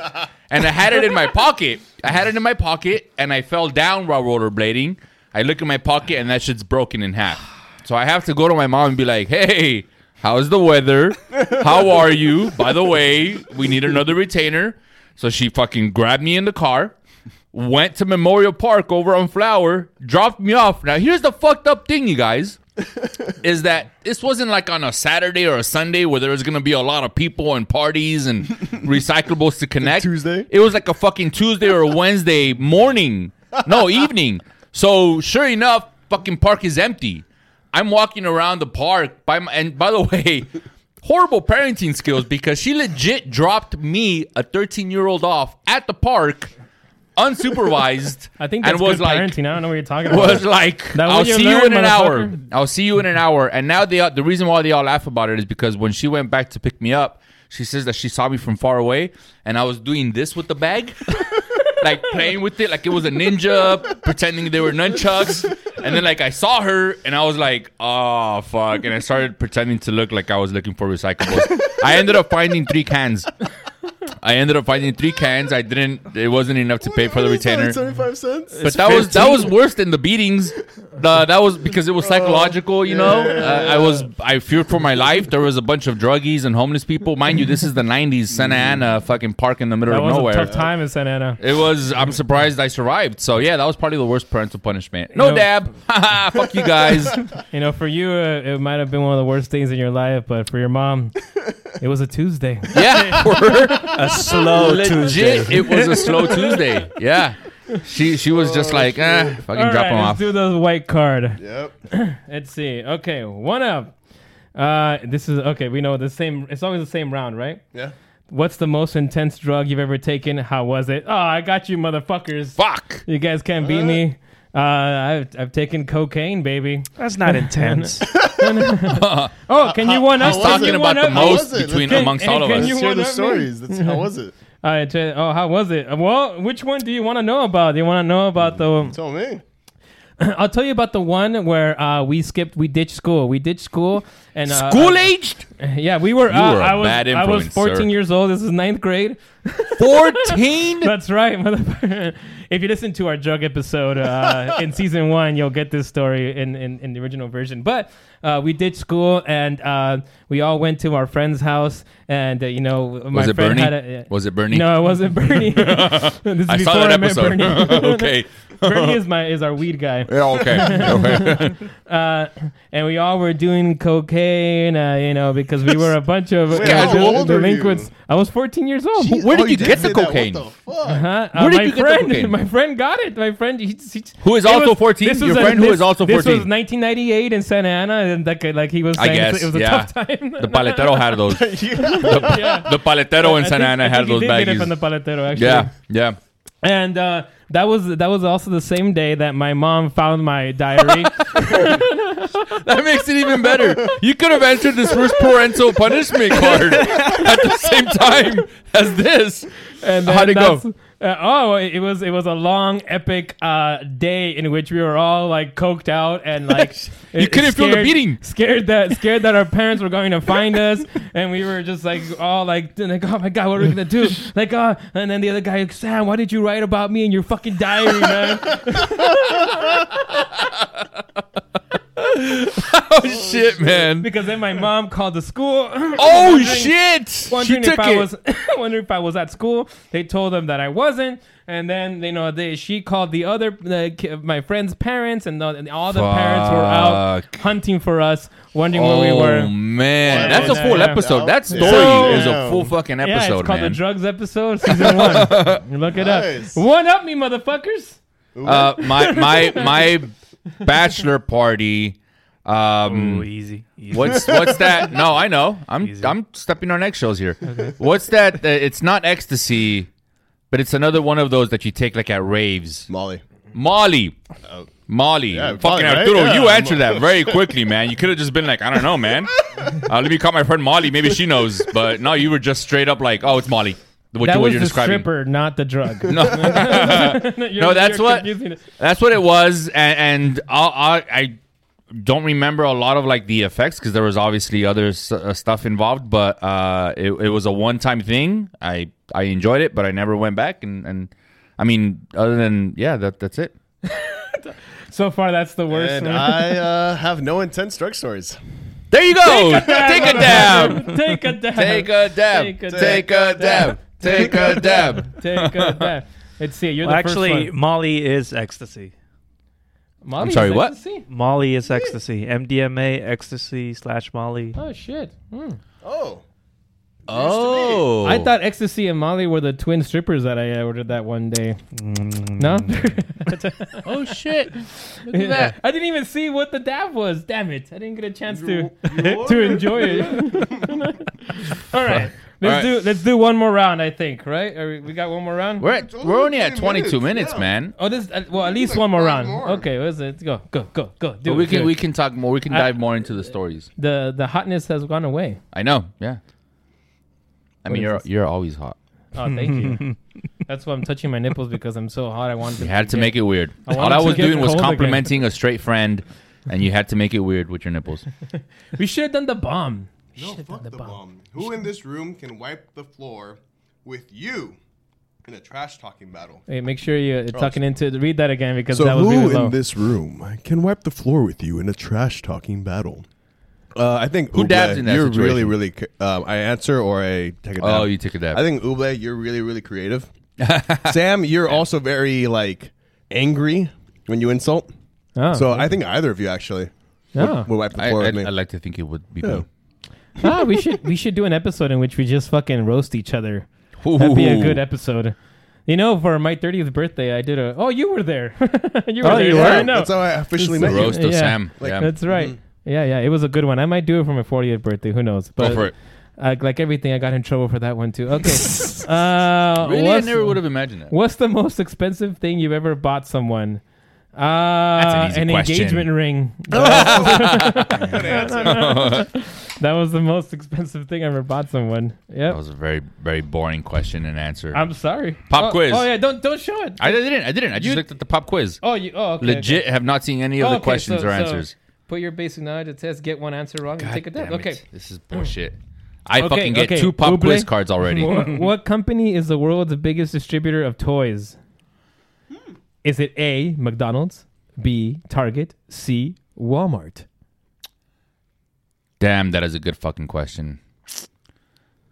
Speaker 4: And I had it in my pocket. I had it in my pocket and I fell down while rollerblading. I look in my pocket and that shit's broken in half. So I have to go to my mom and be like, hey, how's the weather? How are you? By the way, we need another retainer. So she fucking grabbed me in the car, went to Memorial Park over on Flower, dropped me off. Now, here's the fucked up thing, you guys, is that this wasn't like on a Saturday or a Sunday where there was going to be a lot of people and parties and recyclables to connect.
Speaker 5: Tuesday?
Speaker 4: It was like a fucking Tuesday or a Wednesday morning. No, evening. So, sure enough, fucking park is empty. I'm walking around the park by my, and by the way, horrible parenting skills because she legit dropped me, a 13 year old, off at the park, unsupervised.
Speaker 3: I think that's
Speaker 4: and was
Speaker 3: good
Speaker 4: like,
Speaker 3: parenting. I don't know what you're talking about.
Speaker 4: was like,
Speaker 3: That what
Speaker 4: I'll
Speaker 3: you
Speaker 4: see you
Speaker 3: learn,
Speaker 4: in an hour.
Speaker 3: motherfucker?
Speaker 4: I'll see you in an hour. And now they, the reason why they all laugh about it is because when she went back to pick me up, she says that she saw me from far away, and I was doing this with the bag. Like playing with it, like it was a ninja, pretending they were nunchucks, and then like I saw her, and I was like, "Oh fuck!" And I started pretending to look like I was looking for recyclables. I ended up finding three cans. I ended up finding three cans. I didn't. It wasn't enough to pay for the retainer
Speaker 5: Seventy-five cents.
Speaker 4: but that was that was worse than the beatings. The, that was because it
Speaker 3: Oh,
Speaker 4: was psychological, you know. Uh, I was I feared for my life. There was a bunch of druggies and homeless people. Mind you, this is the '90s, Santa Ana, fucking park in the middle
Speaker 3: Mm. that
Speaker 4: of
Speaker 3: was
Speaker 4: nowhere.
Speaker 3: a tough time in Santa Ana.
Speaker 4: It was. I'm surprised I survived. So yeah, that was probably the worst parental punishment. No
Speaker 3: know-
Speaker 4: dab. Haha, Fuck you guys.
Speaker 3: You know, for you, uh, it might have been one of the worst things in your life, but for your mom, it was a Tuesday.
Speaker 4: Yeah, for her,
Speaker 6: A slow Tuesday.
Speaker 4: legit, it was a slow Tuesday. Yeah, she she was just like, eh, fucking
Speaker 3: Oh, All
Speaker 4: drop
Speaker 3: right,
Speaker 4: them
Speaker 3: let's
Speaker 4: off.
Speaker 3: do the white card.
Speaker 5: Yep.
Speaker 3: Let's see. Okay, one up. Uh, this is okay. We know the same. It's always the same round, right?
Speaker 5: Yeah.
Speaker 3: What's the most intense drug you've ever taken? How was it? Oh, I got you, motherfuckers.
Speaker 4: Fuck.
Speaker 3: You guys can't beat me. Uh, I've, I've taken cocaine, baby.
Speaker 6: That's not intense.
Speaker 3: Oh, can you one up?
Speaker 5: how
Speaker 3: Can
Speaker 5: was
Speaker 3: you
Speaker 4: Talking
Speaker 3: one
Speaker 4: about the
Speaker 3: up?
Speaker 4: most
Speaker 5: Let's
Speaker 4: between
Speaker 3: get-
Speaker 4: amongst all of
Speaker 3: can
Speaker 4: us.
Speaker 3: you
Speaker 5: Let's hear
Speaker 3: one
Speaker 5: the
Speaker 3: up, man?
Speaker 5: stories. That's, how was it?
Speaker 3: All right, Jay- oh, how was it? Well, which one do you want to know about? Do you want to know about the?
Speaker 5: Tell me.
Speaker 3: I'll tell you about the one where uh, we skipped, we ditched school, we ditched school, and uh,
Speaker 4: School aged.
Speaker 3: Yeah, we were. uh,
Speaker 4: were a
Speaker 3: I was.
Speaker 4: bad
Speaker 3: I was
Speaker 4: influence,
Speaker 3: 14
Speaker 4: sir.
Speaker 3: years old. This is ninth grade.
Speaker 4: 14
Speaker 3: That's right, motherfucker. If you listen to our drug episode uh, in season one, you'll get this story in, in, in the original version. But uh, we did school, and uh, we all went to our friend's house, and uh, you know, my
Speaker 4: was it
Speaker 3: friend
Speaker 4: bernie
Speaker 3: had a. uh,
Speaker 4: was it bernie
Speaker 3: No, it wasn't Bernie. this is
Speaker 4: i saw
Speaker 3: before
Speaker 4: that
Speaker 3: met
Speaker 4: episode
Speaker 3: Bernie.
Speaker 4: okay
Speaker 3: Bernie is my is our weed guy.
Speaker 4: yeah okay okay
Speaker 3: Uh, and we all were doing cocaine, uh, you know, because we were a bunch of uh,
Speaker 5: how
Speaker 3: del-
Speaker 5: old are you?
Speaker 3: delinquents. I was 14 years old.
Speaker 5: Jeez,
Speaker 4: Where did
Speaker 5: oh,
Speaker 4: you get
Speaker 5: did
Speaker 4: the
Speaker 5: say that.
Speaker 4: cocaine?
Speaker 5: What the fuck?
Speaker 3: Huh?
Speaker 4: Where
Speaker 3: uh,
Speaker 4: did
Speaker 3: my
Speaker 4: you get the
Speaker 3: friend,
Speaker 4: cocaine?
Speaker 3: My friend got it. My friend, he, he,
Speaker 4: Who is
Speaker 3: it
Speaker 4: also
Speaker 3: was-
Speaker 4: 14?
Speaker 3: this
Speaker 4: Your
Speaker 3: was
Speaker 4: friend who
Speaker 3: this-
Speaker 4: is also
Speaker 3: This was
Speaker 4: 14.
Speaker 3: 1998 in Santa Ana, and like, like he was
Speaker 4: i
Speaker 3: saying,
Speaker 4: guess
Speaker 3: it was a
Speaker 4: yeah
Speaker 3: tough time.
Speaker 4: the paletero had those the, the paletero in
Speaker 3: I
Speaker 4: santa
Speaker 3: think-
Speaker 4: ana
Speaker 3: I think
Speaker 4: had those
Speaker 3: he did get it
Speaker 4: baggies
Speaker 3: from the paletero, actually.
Speaker 4: yeah yeah
Speaker 3: And uh, That was that was also the same day that my mom found my diary.
Speaker 4: That makes it even better. You could have answered this first parental punishment card at the same time as this. Oh,
Speaker 3: and then
Speaker 4: How'd it
Speaker 3: that's-
Speaker 4: go?
Speaker 3: Uh, oh, it was it was a long, epic uh, day in which we were all like coked out and like
Speaker 4: You couldn't feel the beating.
Speaker 3: Scared that scared that our parents were going to find us, and we were just like all like like oh my god, what are we gonna do? Like uh, and then the other guy, Sam, why did you write about me in your fucking diary, man?
Speaker 4: Oh shit, man.
Speaker 3: because then my mom called the school.
Speaker 4: Oh
Speaker 3: Wondering-
Speaker 4: shit. She
Speaker 3: Wondering if
Speaker 4: took
Speaker 3: I
Speaker 4: it.
Speaker 3: was wondering if I was at school. They told them that I wasn't, and then you know they she called the other the, ki- my friend's parents, and, the, and all the parents were out
Speaker 4: Fuck.
Speaker 3: hunting for us, wondering
Speaker 4: oh
Speaker 3: where we were.
Speaker 4: man,
Speaker 5: Yeah,
Speaker 4: that's a
Speaker 3: yeah,
Speaker 4: full
Speaker 3: yeah.
Speaker 4: episode. That
Speaker 5: Yeah.
Speaker 4: story
Speaker 3: So-
Speaker 4: is a full fucking
Speaker 3: Yeah, it's
Speaker 4: episode,
Speaker 3: called
Speaker 4: man.
Speaker 3: the drugs episode, season one. You Look it
Speaker 5: Nice.
Speaker 3: up. One up me, motherfuckers.
Speaker 4: uh, my my my bachelor party. Um,
Speaker 6: Ooh, easy. easy.
Speaker 4: What's what's that? No, I know. I'm I'm stepping on eggshells here. What's that? uh, It's not ecstasy, but it's another one of those that you take like at raves.
Speaker 5: Molly.
Speaker 4: Molly, Molly,
Speaker 5: Oh. Yeah,
Speaker 4: fucking
Speaker 5: fine, right?
Speaker 4: Arturo,
Speaker 5: Yeah.
Speaker 4: you answered that very quickly, man. You could have just been like, I don't know, man. Uh, let me call my friend Molly. Maybe she knows. But no, you were just straight up like, oh, it's Molly. What,
Speaker 3: that
Speaker 4: you, what
Speaker 3: was
Speaker 4: you're
Speaker 3: the
Speaker 4: describing.
Speaker 3: stripper, not the drug.
Speaker 4: No. no, that's what that's what it was, and, and I, I I don't remember a lot of like the effects because there was obviously other s- uh, stuff involved, but uh, it, it was a one time thing. I I enjoyed it, but I never went back, and, and I mean, other than yeah, that that's it.
Speaker 3: So far, that's the worst.
Speaker 5: And
Speaker 3: one.
Speaker 5: I uh, have no intense drug stories.
Speaker 4: There you go. Take a dab.
Speaker 3: Take a dab.
Speaker 4: Take a dab.
Speaker 3: Take a
Speaker 4: Take a dab. Take a dab.
Speaker 3: Take a dab. Let's see. You're
Speaker 6: Well,
Speaker 3: the first
Speaker 6: actually,
Speaker 3: one.
Speaker 6: Molly is ecstasy.
Speaker 3: Molly
Speaker 4: I'm sorry,
Speaker 3: is
Speaker 4: what?
Speaker 3: ecstasy?
Speaker 6: Molly is ecstasy. MDMA ecstasy slash Molly.
Speaker 3: Oh shit! Hmm.
Speaker 5: Oh.
Speaker 4: Oh,
Speaker 3: I thought ecstasy and Molly were the twin strippers that I ordered that one day.
Speaker 4: Mm.
Speaker 3: No,
Speaker 4: Oh shit! Look at
Speaker 3: I didn't even see what the dab was. Damn it! I didn't get a chance to to enjoy it. All right, let's
Speaker 4: right.
Speaker 3: do let's do one more round. I think right. Are we, we got one more round.
Speaker 4: We're at, we're only at 22 minutes,
Speaker 5: yeah.
Speaker 4: man.
Speaker 3: Oh, this uh, well at least one more round. Okay, let's, let's go go go go. Do
Speaker 4: But
Speaker 3: it,
Speaker 4: we
Speaker 3: do
Speaker 4: can
Speaker 3: it.
Speaker 4: we can talk more. We can dive more into the stories.
Speaker 3: the the hotness has gone away.
Speaker 4: I know. Yeah. I mean,
Speaker 3: is
Speaker 4: you're
Speaker 3: this?
Speaker 4: you're always hot.
Speaker 3: Oh, thank you. That's why I'm touching my nipples because I'm so hot. I want to.
Speaker 4: You had to
Speaker 3: get-
Speaker 4: make it weird.
Speaker 3: I
Speaker 4: All
Speaker 3: wanted
Speaker 4: I
Speaker 3: to
Speaker 4: was
Speaker 3: get
Speaker 4: doing was
Speaker 3: cold again.
Speaker 4: complimenting a straight friend, and you had to make it weird with your nipples.
Speaker 3: We should have done the bomb. We
Speaker 5: No,
Speaker 3: should have
Speaker 5: Oh, fuck
Speaker 3: done
Speaker 5: the bomb. Who in this room can wipe the floor with you in a trash talking battle?
Speaker 3: Hey, make sure you uh, tucking into read that again because
Speaker 7: So
Speaker 3: that was
Speaker 7: who
Speaker 3: really low.
Speaker 7: in this room can wipe the floor with you in a trash talking battle? Uh, I think
Speaker 4: Who
Speaker 7: Uble,
Speaker 4: dabs in that
Speaker 7: You're really,
Speaker 4: situation?
Speaker 7: really. c- Um, I answer or I take a dab.
Speaker 4: Oh, you took a dab.
Speaker 7: I think Uble,
Speaker 5: You're really, really creative. Sam, you're also very like angry when you insult.
Speaker 3: Oh,
Speaker 7: So I think either of you actually
Speaker 3: oh.
Speaker 7: will wipe the
Speaker 4: I,
Speaker 7: floor
Speaker 4: I,
Speaker 7: with me.
Speaker 4: I like to think it would be.
Speaker 7: Yeah.
Speaker 4: me.
Speaker 3: ah, we should we should do an episode in which we just fucking roast each other.
Speaker 4: Ooh.
Speaker 3: That'd be a good episode. You know, for my 30th birthday, I did a. Oh, you were there. you were
Speaker 6: Oh,
Speaker 3: there.
Speaker 6: you
Speaker 3: Yeah,
Speaker 6: were?
Speaker 3: I know.
Speaker 7: That's how I officially
Speaker 3: It's
Speaker 7: met
Speaker 3: the
Speaker 7: you.
Speaker 4: roast of
Speaker 3: Yeah.
Speaker 4: Sam.
Speaker 7: Like,
Speaker 4: yeah.
Speaker 3: That's right. Yeah, yeah. It was a good one. I might do it for my 40th birthday. Who knows? But
Speaker 4: Go for it.
Speaker 3: Uh, like everything, I got in trouble for that one too. Okay. uh,
Speaker 4: Really, I
Speaker 3: what's-
Speaker 4: never would have imagined that.
Speaker 3: What's the most expensive thing you've ever bought someone? Uh, That's
Speaker 4: an easy question.
Speaker 3: engagement ring. That was, That was the most expensive thing I ever bought someone.
Speaker 4: That
Speaker 3: Yep.
Speaker 4: was a very very boring question and answer.
Speaker 3: I'm sorry.
Speaker 4: Pop
Speaker 3: oh,
Speaker 4: quiz.
Speaker 3: Oh yeah, don't don't show it.
Speaker 4: I didn't. I didn't. I just
Speaker 3: You-
Speaker 4: looked at the pop quiz.
Speaker 3: Oh, you. Oh, okay,
Speaker 4: Legit,
Speaker 3: okay.
Speaker 4: have not seen any of
Speaker 3: Oh,
Speaker 4: the
Speaker 3: okay,
Speaker 4: questions
Speaker 3: so-
Speaker 4: or
Speaker 3: so
Speaker 4: answers.
Speaker 3: Put your basic knowledge to test. Get one answer wrong and
Speaker 4: God
Speaker 3: take a dab.
Speaker 4: damn
Speaker 3: Okay.
Speaker 4: it. This is bullshit. I
Speaker 3: Okay,
Speaker 4: fucking get
Speaker 3: okay.
Speaker 4: two pop
Speaker 3: Uble?
Speaker 4: quiz cards already.
Speaker 3: what, what company is the world's biggest distributor of toys? Hmm. Is it A. McDonald's, B. Target, C. Walmart?
Speaker 4: Damn, that is a good fucking question.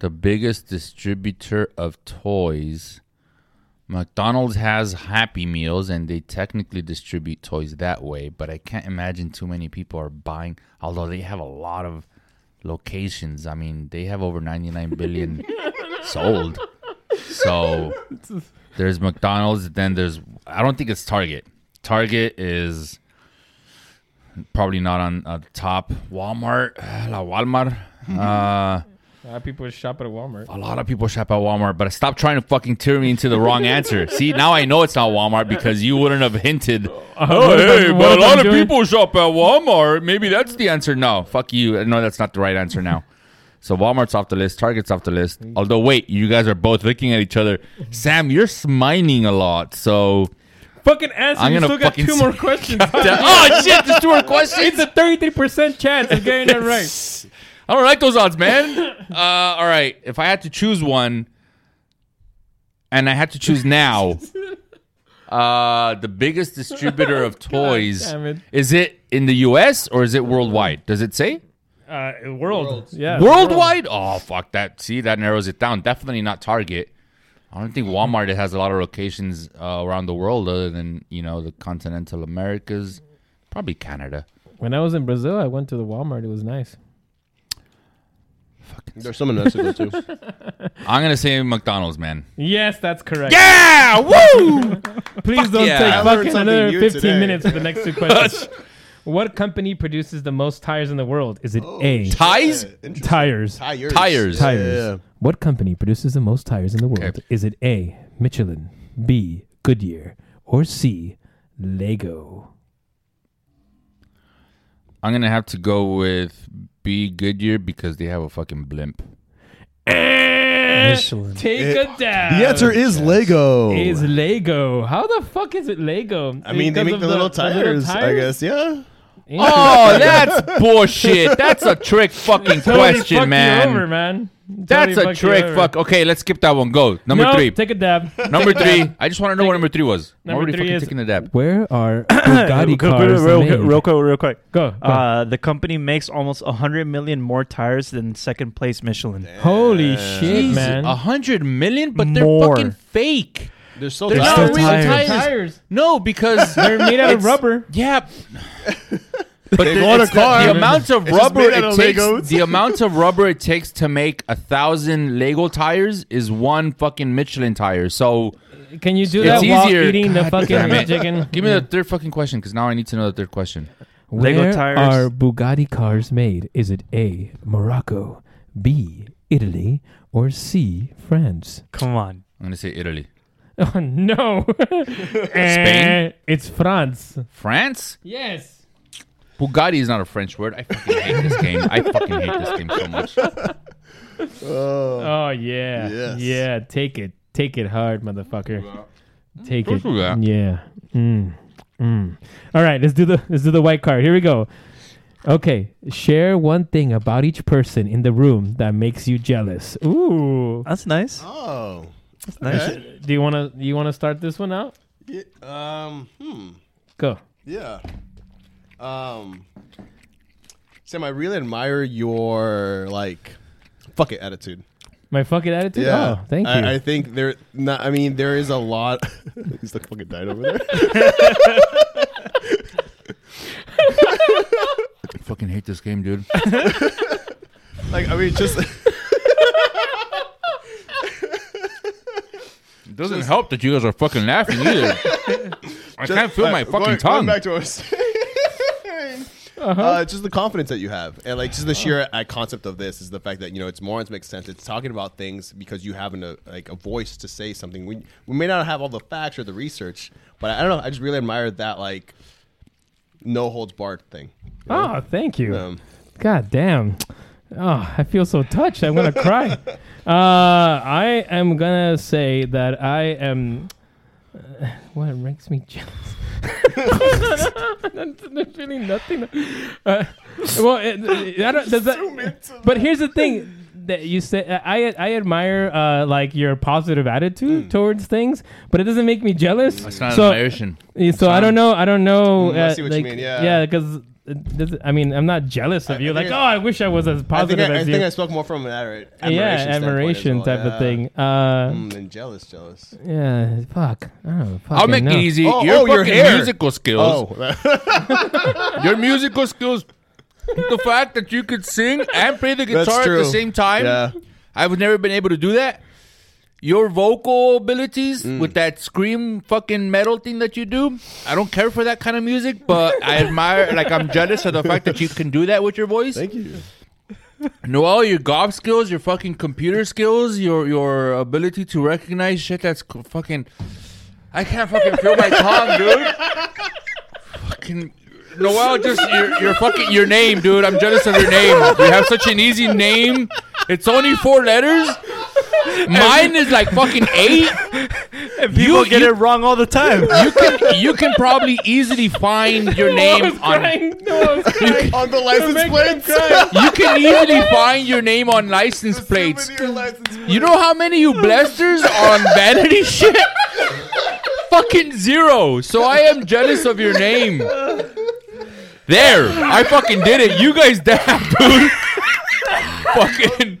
Speaker 4: The biggest distributor of toys. McDonald's has Happy Meals and they technically distribute toys that way, but I can't imagine too many people are buying, although they have a lot of locations. I mean, they have over 99 billion sold. So there's McDonald's, then there's, I don't think it's Target. Target is probably not on uh, top. Walmart, la Walmart. Uh,
Speaker 3: A lot of people shop at Walmart.
Speaker 4: A lot of people shop at Walmart, but stop trying to fucking tear me into the wrong answer. See, now I know it's not Walmart because you wouldn't have hinted. Oh,
Speaker 3: what if
Speaker 4: hey,
Speaker 3: I'm- what
Speaker 4: but
Speaker 3: if
Speaker 4: a lot
Speaker 3: I'm
Speaker 4: of
Speaker 3: doing-
Speaker 4: people shop at Walmart. Maybe that's the answer. No, fuck you. No, that's not the right answer now. So Walmart's off the list. Target's off the list. Although, wait, you guys are both looking at each other. Sam, you're smiling a lot. So,
Speaker 3: Fucking answer.
Speaker 4: I'm
Speaker 3: you
Speaker 4: gonna
Speaker 3: still got
Speaker 4: fucking
Speaker 3: two
Speaker 4: say-
Speaker 3: more questions.
Speaker 4: oh shit, there's two more questions.
Speaker 3: it's a 33% chance of getting it right.
Speaker 4: I don't like those odds, man. Uh, all right, if I had to choose one, and I had to choose now, uh, the biggest distributor of toys
Speaker 3: damn it.
Speaker 4: is it in the U.S. or is it worldwide? Does it say
Speaker 3: Uh, world. Yeah.
Speaker 4: worldwide? Oh fuck that! See that narrows it down. Definitely not Target. I don't think Walmart has a lot of locations uh, around the world other than you know the continental Americas, probably Canada.
Speaker 3: When I was in Brazil, I went to the Walmart. It was nice.
Speaker 5: There's someone else to go to.
Speaker 4: I'm gonna say McDonald's, man.
Speaker 3: Yes, that's correct.
Speaker 4: Yeah, woo!
Speaker 3: Please
Speaker 4: Fuck
Speaker 3: don't
Speaker 4: yeah. I
Speaker 3: take
Speaker 4: learned
Speaker 3: fucking
Speaker 5: something
Speaker 3: another
Speaker 5: new
Speaker 3: 15
Speaker 5: today.
Speaker 3: minutes for the next two questions. what company produces the most tires in the world? Is it
Speaker 5: Oh,
Speaker 3: A,
Speaker 4: Ties.
Speaker 3: tires?
Speaker 5: Tires.
Speaker 4: Tires.
Speaker 3: Tires.
Speaker 5: Yeah.
Speaker 3: What company produces the most tires in the world?
Speaker 4: Okay.
Speaker 3: Is it A, Michelin, B, Goodyear, or C, Lego?
Speaker 4: I'm gonna have to go with B Goodyear because they have a fucking blimp.
Speaker 3: Michelin. Eh, Take
Speaker 5: Eh,
Speaker 3: a dab.
Speaker 7: The
Speaker 5: Um,
Speaker 7: answer is Lego.
Speaker 3: Is Lego. How the fuck is it Lego?
Speaker 5: I mean, they
Speaker 3: Because
Speaker 5: make
Speaker 3: of
Speaker 5: the little tires, I guess. Yeah.
Speaker 4: Oh, that's bullshit. That's a trick fucking
Speaker 3: Totally
Speaker 4: question,
Speaker 3: fuck you
Speaker 4: man.
Speaker 3: over, man.
Speaker 4: That's
Speaker 3: Totally
Speaker 4: a
Speaker 3: you
Speaker 4: trick.
Speaker 3: over.
Speaker 4: Fuck. Okay, let's skip that one. Go number
Speaker 3: No,
Speaker 4: three.
Speaker 3: Take a dab.
Speaker 4: number three. I just want to know what number three was. I'm
Speaker 3: Number
Speaker 4: already
Speaker 3: three
Speaker 4: fucking
Speaker 3: is-
Speaker 4: taking the dab.
Speaker 3: Where are
Speaker 6: real,
Speaker 3: Bugatti cars
Speaker 6: real,
Speaker 3: made?
Speaker 6: real quick, real quick.
Speaker 3: Go, go.
Speaker 6: Uh, the company makes almost 100 million more tires than second place Michelin.
Speaker 4: Uh,
Speaker 3: Holy shit, man!
Speaker 4: A hundred million, but they're
Speaker 6: More.
Speaker 4: fucking fake.
Speaker 5: They're so
Speaker 4: They're not
Speaker 6: still
Speaker 4: real
Speaker 6: tires.
Speaker 4: tires.
Speaker 3: Tires.
Speaker 4: No, because
Speaker 3: They're made out of
Speaker 4: It's-
Speaker 3: rubber.
Speaker 4: Yeah. But the,
Speaker 5: bought a
Speaker 4: it's the-
Speaker 5: car.
Speaker 4: the amount of
Speaker 5: just
Speaker 4: rubber
Speaker 5: made out
Speaker 4: it
Speaker 5: of
Speaker 4: takes,
Speaker 5: Legos.
Speaker 4: the amount of rubber it takes to make a thousand Lego tires is one fucking Michelin tire. So
Speaker 3: Can you do
Speaker 4: it's
Speaker 3: that while
Speaker 4: easier.
Speaker 3: eating the
Speaker 4: God damn
Speaker 3: fucking
Speaker 4: it.
Speaker 3: chicken?
Speaker 4: Give me the third fucking question because now I need to know the third question.
Speaker 6: Lego
Speaker 3: Where
Speaker 6: tires.
Speaker 3: are Bugatti cars made? Is it A. Morocco, B. Italy, or C. France?
Speaker 6: Come on.
Speaker 4: I'm gonna say Italy,
Speaker 3: Oh no! Spain. It's France.
Speaker 4: France.
Speaker 3: Yes.
Speaker 4: Bugatti is not a French word. I fucking hate this game. I fucking hate this game so much.
Speaker 3: Oh yeah.
Speaker 5: Yes.
Speaker 3: Yeah. Take it. Take it hard, motherfucker. Take
Speaker 4: Don't
Speaker 3: it.
Speaker 4: do that.
Speaker 3: Yeah. Mm. Mm. All right. Let's do the let's do the white card. Here we go. Okay. Share one thing about each person in the room that makes you jealous. Ooh.
Speaker 6: That's nice.
Speaker 5: Oh.
Speaker 6: That's nice.
Speaker 3: Do you wanna you wanna start this one out?
Speaker 5: Yeah, um. Hmm.
Speaker 3: Go.
Speaker 5: Yeah. Um. Sam, I really admire your like, fuck it attitude.
Speaker 3: My fucking attitude. Oh, thank you.
Speaker 5: I, I think there. Not, I mean, there is a lot. He's like fucking died over there.
Speaker 4: I fucking hate this game, dude.
Speaker 5: like, I mean, just
Speaker 4: It doesn't help that you guys are fucking laughing either. I can't feel my
Speaker 5: Uh,
Speaker 4: fucking
Speaker 5: going,
Speaker 4: tongue. Uh-huh.
Speaker 5: Going back to what I was saying. Uh, just the confidence that you have, and like just the sheer uh, concept of this is the fact that you know it's morons makes sense. It's talking about things because you have an, a like a voice to say something. We we may not have all the facts or the research, but I, I don't know. I just really admire that like no holds barred thing.
Speaker 3: oh, thank you.
Speaker 5: Um,
Speaker 3: God damn. Oh, I feel so touched. I'm gonna cry. Uh, I am gonna say that I am. Uh, what makes me jealous? There's really nothing. Uh, well, it, it- I don't, does that, but here's the thing that you said. I I admire uh, like your positive attitude towards things, but it doesn't make me jealous.
Speaker 4: That's not
Speaker 3: So-
Speaker 4: an Irish.
Speaker 3: yeah, Eh, so I don't know. I don't know.
Speaker 5: Mm, I
Speaker 3: uh,
Speaker 5: see what you
Speaker 3: like,
Speaker 5: mean, yeah.
Speaker 3: because I mean, I'm not jealous of
Speaker 5: I- I
Speaker 3: you.
Speaker 5: think
Speaker 3: like,
Speaker 5: I-
Speaker 3: oh, I wish I was as
Speaker 5: I think
Speaker 3: positive
Speaker 5: I, I
Speaker 3: as
Speaker 5: think I
Speaker 3: you.
Speaker 5: spoke more from an admira- admiration,
Speaker 3: yeah,
Speaker 5: standpoint as
Speaker 3: admiration
Speaker 5: well,
Speaker 3: type
Speaker 5: yeah.
Speaker 3: of thing. Uh,
Speaker 5: Mm, and jealous, jealous.
Speaker 3: yeah. Fuck. Oh, fuck.
Speaker 4: I'll make it easy.
Speaker 5: Oh,
Speaker 4: your
Speaker 5: oh, your
Speaker 4: fucking
Speaker 5: hair. Oh.
Speaker 4: musical skills. Your musical skills. the fact that you could sing and play the
Speaker 5: That's
Speaker 4: guitar at the
Speaker 5: true.
Speaker 4: same time.
Speaker 5: Yeah.
Speaker 4: I've never been able to do that. Your vocal abilities
Speaker 5: Mm.
Speaker 4: with that scream fucking metal thing that you do. I don't care for that kind of music, but I admire like I'm jealous of the fact that you can do that with your voice.
Speaker 5: Thank you.
Speaker 4: Know all your golf skills, your fucking computer skills, your your ability to recognize shit that's co- fucking. I can't fucking feel my tongue, dude. fucking. Noel, just your, your fucking your name, dude. I'm jealous of your name. You have such an easy name. It's only four letters. Mine is like fucking eight.
Speaker 6: And people
Speaker 4: You-
Speaker 6: get
Speaker 4: you-
Speaker 6: it wrong all the time.
Speaker 4: You can you can probably easily find your name on
Speaker 5: on the license plates.
Speaker 4: You can easily find your name on license plates. You know how many you blasters are on vanity shit? fucking zero. So I am jealous of your name. There. I fucking did it. You guys damn, dude. fucking.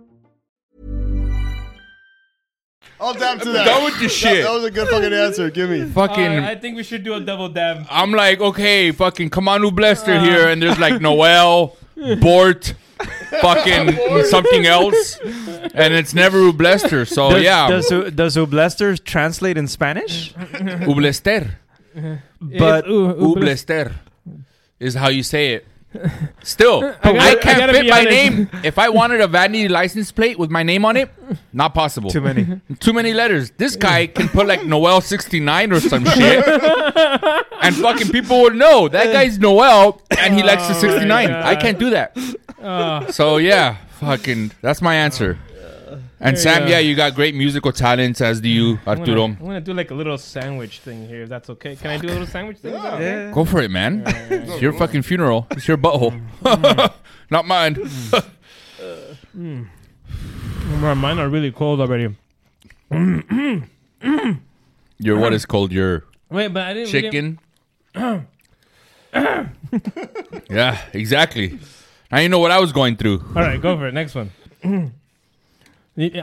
Speaker 5: All down to that.
Speaker 4: Done with the shit.
Speaker 5: That, that was a good fucking answer. Give me.
Speaker 4: Fucking.
Speaker 3: I think we should do a double dab.
Speaker 4: I'm like, okay, fucking come on, Blester here, and there's like Noel, Bort, fucking something else, and it's never Ublester. So
Speaker 6: does,
Speaker 4: Oh, yeah,
Speaker 6: Does does Ublester translate in Spanish?
Speaker 4: Ublester,
Speaker 6: But
Speaker 4: Ublester is how you say it. Still, I,
Speaker 3: gotta- I
Speaker 4: can't
Speaker 3: gotta
Speaker 4: fit
Speaker 3: be
Speaker 4: my
Speaker 3: honest.
Speaker 4: name. If I wanted a vanity license plate with my name on it, not possible.
Speaker 6: too many.
Speaker 4: Too many letters. This guy can put like Noel sixty nine or some shit, and fucking people would know that guy's Noel, and he likes the
Speaker 3: Oh
Speaker 4: sixty nine. I can't do that. So yeah, fucking. That's my answer. And Sam,
Speaker 3: go.
Speaker 4: yeah, you got great musical talents, as do you,
Speaker 3: I'm gonna,
Speaker 4: Arturo.
Speaker 3: I'm gonna do like a little sandwich thing here, if that's okay. Can I do a little sandwich thing? Is that okay?
Speaker 4: Go for it, man. It's your fucking funeral. It's your butthole, not mine.
Speaker 3: My mine are really cold already.
Speaker 4: your what is called your
Speaker 3: Wait, but I didn't we didn't-
Speaker 4: chicken. yeah, exactly. Now you know what I was going through.
Speaker 3: All right, go for it. Next one.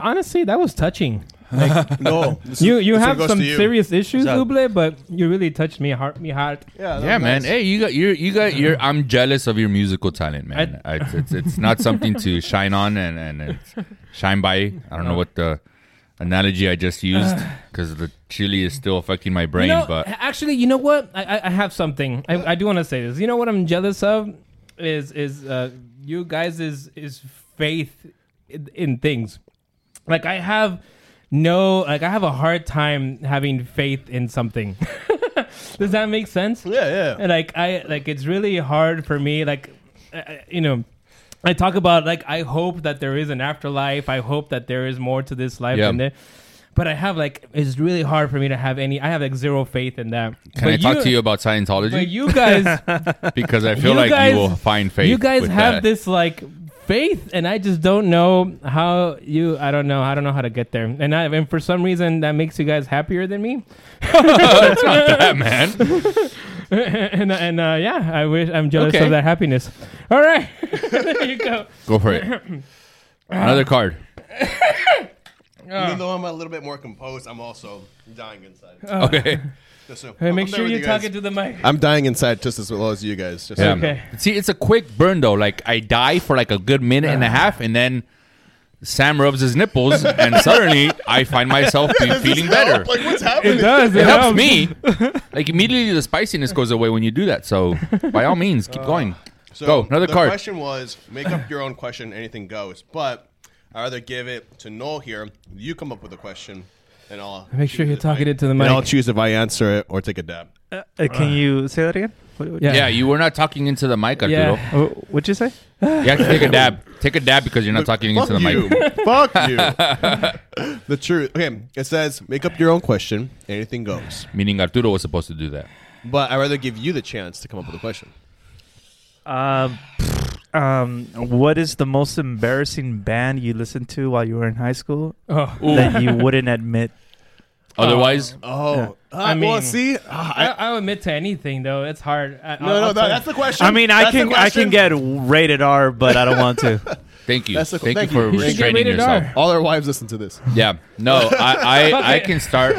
Speaker 3: Honestly, that was touching.
Speaker 5: No.
Speaker 3: You you
Speaker 5: This one
Speaker 3: have
Speaker 5: goes
Speaker 3: some
Speaker 5: to you.
Speaker 3: serious issues, Uble, but you really touched me heart, me heart.
Speaker 5: Yeah, that
Speaker 4: Yeah, man.
Speaker 5: was Oh, nice.
Speaker 4: Hey, you got you you got your. I'm jealous of your musical talent, man. I, it's, it's it's not something to shine on and and it's shine by. I don't know what the analogy I just used because the chili is still affecting my brain.
Speaker 3: You know,
Speaker 4: but
Speaker 3: actually, you know what? I, I, I have something. I, I do want to say this. You know what I'm jealous of is is uh, you guys is is faith in, in things. Like I have no like I have a hard time having faith in something. Does that make sense?
Speaker 5: Yeah, yeah.
Speaker 3: And, like I like it's really hard for me. Like I- I- you know. I talk about like I hope that there is an afterlife. I hope that there is more to this life
Speaker 4: Yeah.
Speaker 3: than there. But I have like it's really hard for me to have any. I have like zero faith in that.
Speaker 4: can I talk to you about Scientology?
Speaker 3: But you guys,
Speaker 4: because I feel
Speaker 3: you
Speaker 4: like
Speaker 3: guys-
Speaker 4: you will find faith.
Speaker 3: you guys
Speaker 4: with
Speaker 3: have
Speaker 4: that.
Speaker 3: this like faith, and I just don't know how you. I don't know. I don't know how to get there. And I and for some reason that makes you guys happier than me.
Speaker 4: It's not that, man.
Speaker 3: and and uh, yeah, I wish I'm jealous
Speaker 4: Okay.
Speaker 3: of that happiness. All right, there you go.
Speaker 4: Go for it. Another card.
Speaker 5: Even though I'm a little bit more composed, I'm also dying inside.
Speaker 3: Oh. Okay.
Speaker 5: Just so-
Speaker 3: Hey,
Speaker 5: I'm
Speaker 3: make
Speaker 5: there
Speaker 3: sure
Speaker 5: with
Speaker 3: you talk
Speaker 5: guys.
Speaker 3: into the mic.
Speaker 5: I'm dying inside just as well as you guys. Just
Speaker 4: Yeah. See, it's a quick burn though. Like I die for like a good minute and a half, and then Sam rubs his nipples, and suddenly I find myself be-
Speaker 5: Does this
Speaker 4: feeling
Speaker 5: help?
Speaker 4: better.
Speaker 5: Like, what's happening?
Speaker 4: It does. It, helps me. like immediately, the spiciness goes away when you do that. So by all means,
Speaker 3: Uh,
Speaker 4: keep going.
Speaker 5: So
Speaker 4: Go another
Speaker 5: the
Speaker 4: card.
Speaker 5: question was make up your own question, anything goes. But I rather give it to Noel here. You come up with a question, and I'll
Speaker 3: Make sure you're talking into the
Speaker 5: and
Speaker 3: mic.
Speaker 5: I'll choose if I answer it or take a dab.
Speaker 6: Uh, can you say that again? What- what-
Speaker 4: Yeah. you were not talking into the mic, Arturo.
Speaker 6: Yeah.
Speaker 3: Oh,
Speaker 6: Wh- What'd you say?
Speaker 4: You have to take a dab. Take a dab because you're not talking into the
Speaker 5: Fuck you.
Speaker 4: mic.
Speaker 5: Fuck you. the truth. Okay, it says make up your own question. Anything goes.
Speaker 4: Meaning Arturo was supposed to do that.
Speaker 5: But I would rather give you the chance to come up with a question.
Speaker 6: Um, um, what is the most embarrassing band you listened to while you were in high school
Speaker 3: Oh.
Speaker 6: that
Speaker 3: Ooh.
Speaker 6: you wouldn't admit?
Speaker 4: Otherwise-
Speaker 5: Oh,
Speaker 6: Yeah.
Speaker 5: Ah, well, see, ah,
Speaker 3: I, I, will admit to anything though. It's hard. I,
Speaker 5: No,
Speaker 3: I'll-
Speaker 5: no,
Speaker 3: I'll
Speaker 5: no,
Speaker 3: tell
Speaker 5: that's
Speaker 3: you.
Speaker 5: the question.
Speaker 6: I mean, I
Speaker 5: That's the
Speaker 6: can I
Speaker 5: question.
Speaker 6: can get rated R, but I don't want to.
Speaker 4: Thank you.
Speaker 5: That's the-
Speaker 4: thank,
Speaker 5: thank
Speaker 4: you for
Speaker 5: you. You should get
Speaker 4: restraining
Speaker 5: rated
Speaker 4: yourself.
Speaker 5: R. All our wives listen to this.
Speaker 4: Yeah. No, I I, I
Speaker 5: Okay.
Speaker 4: can start.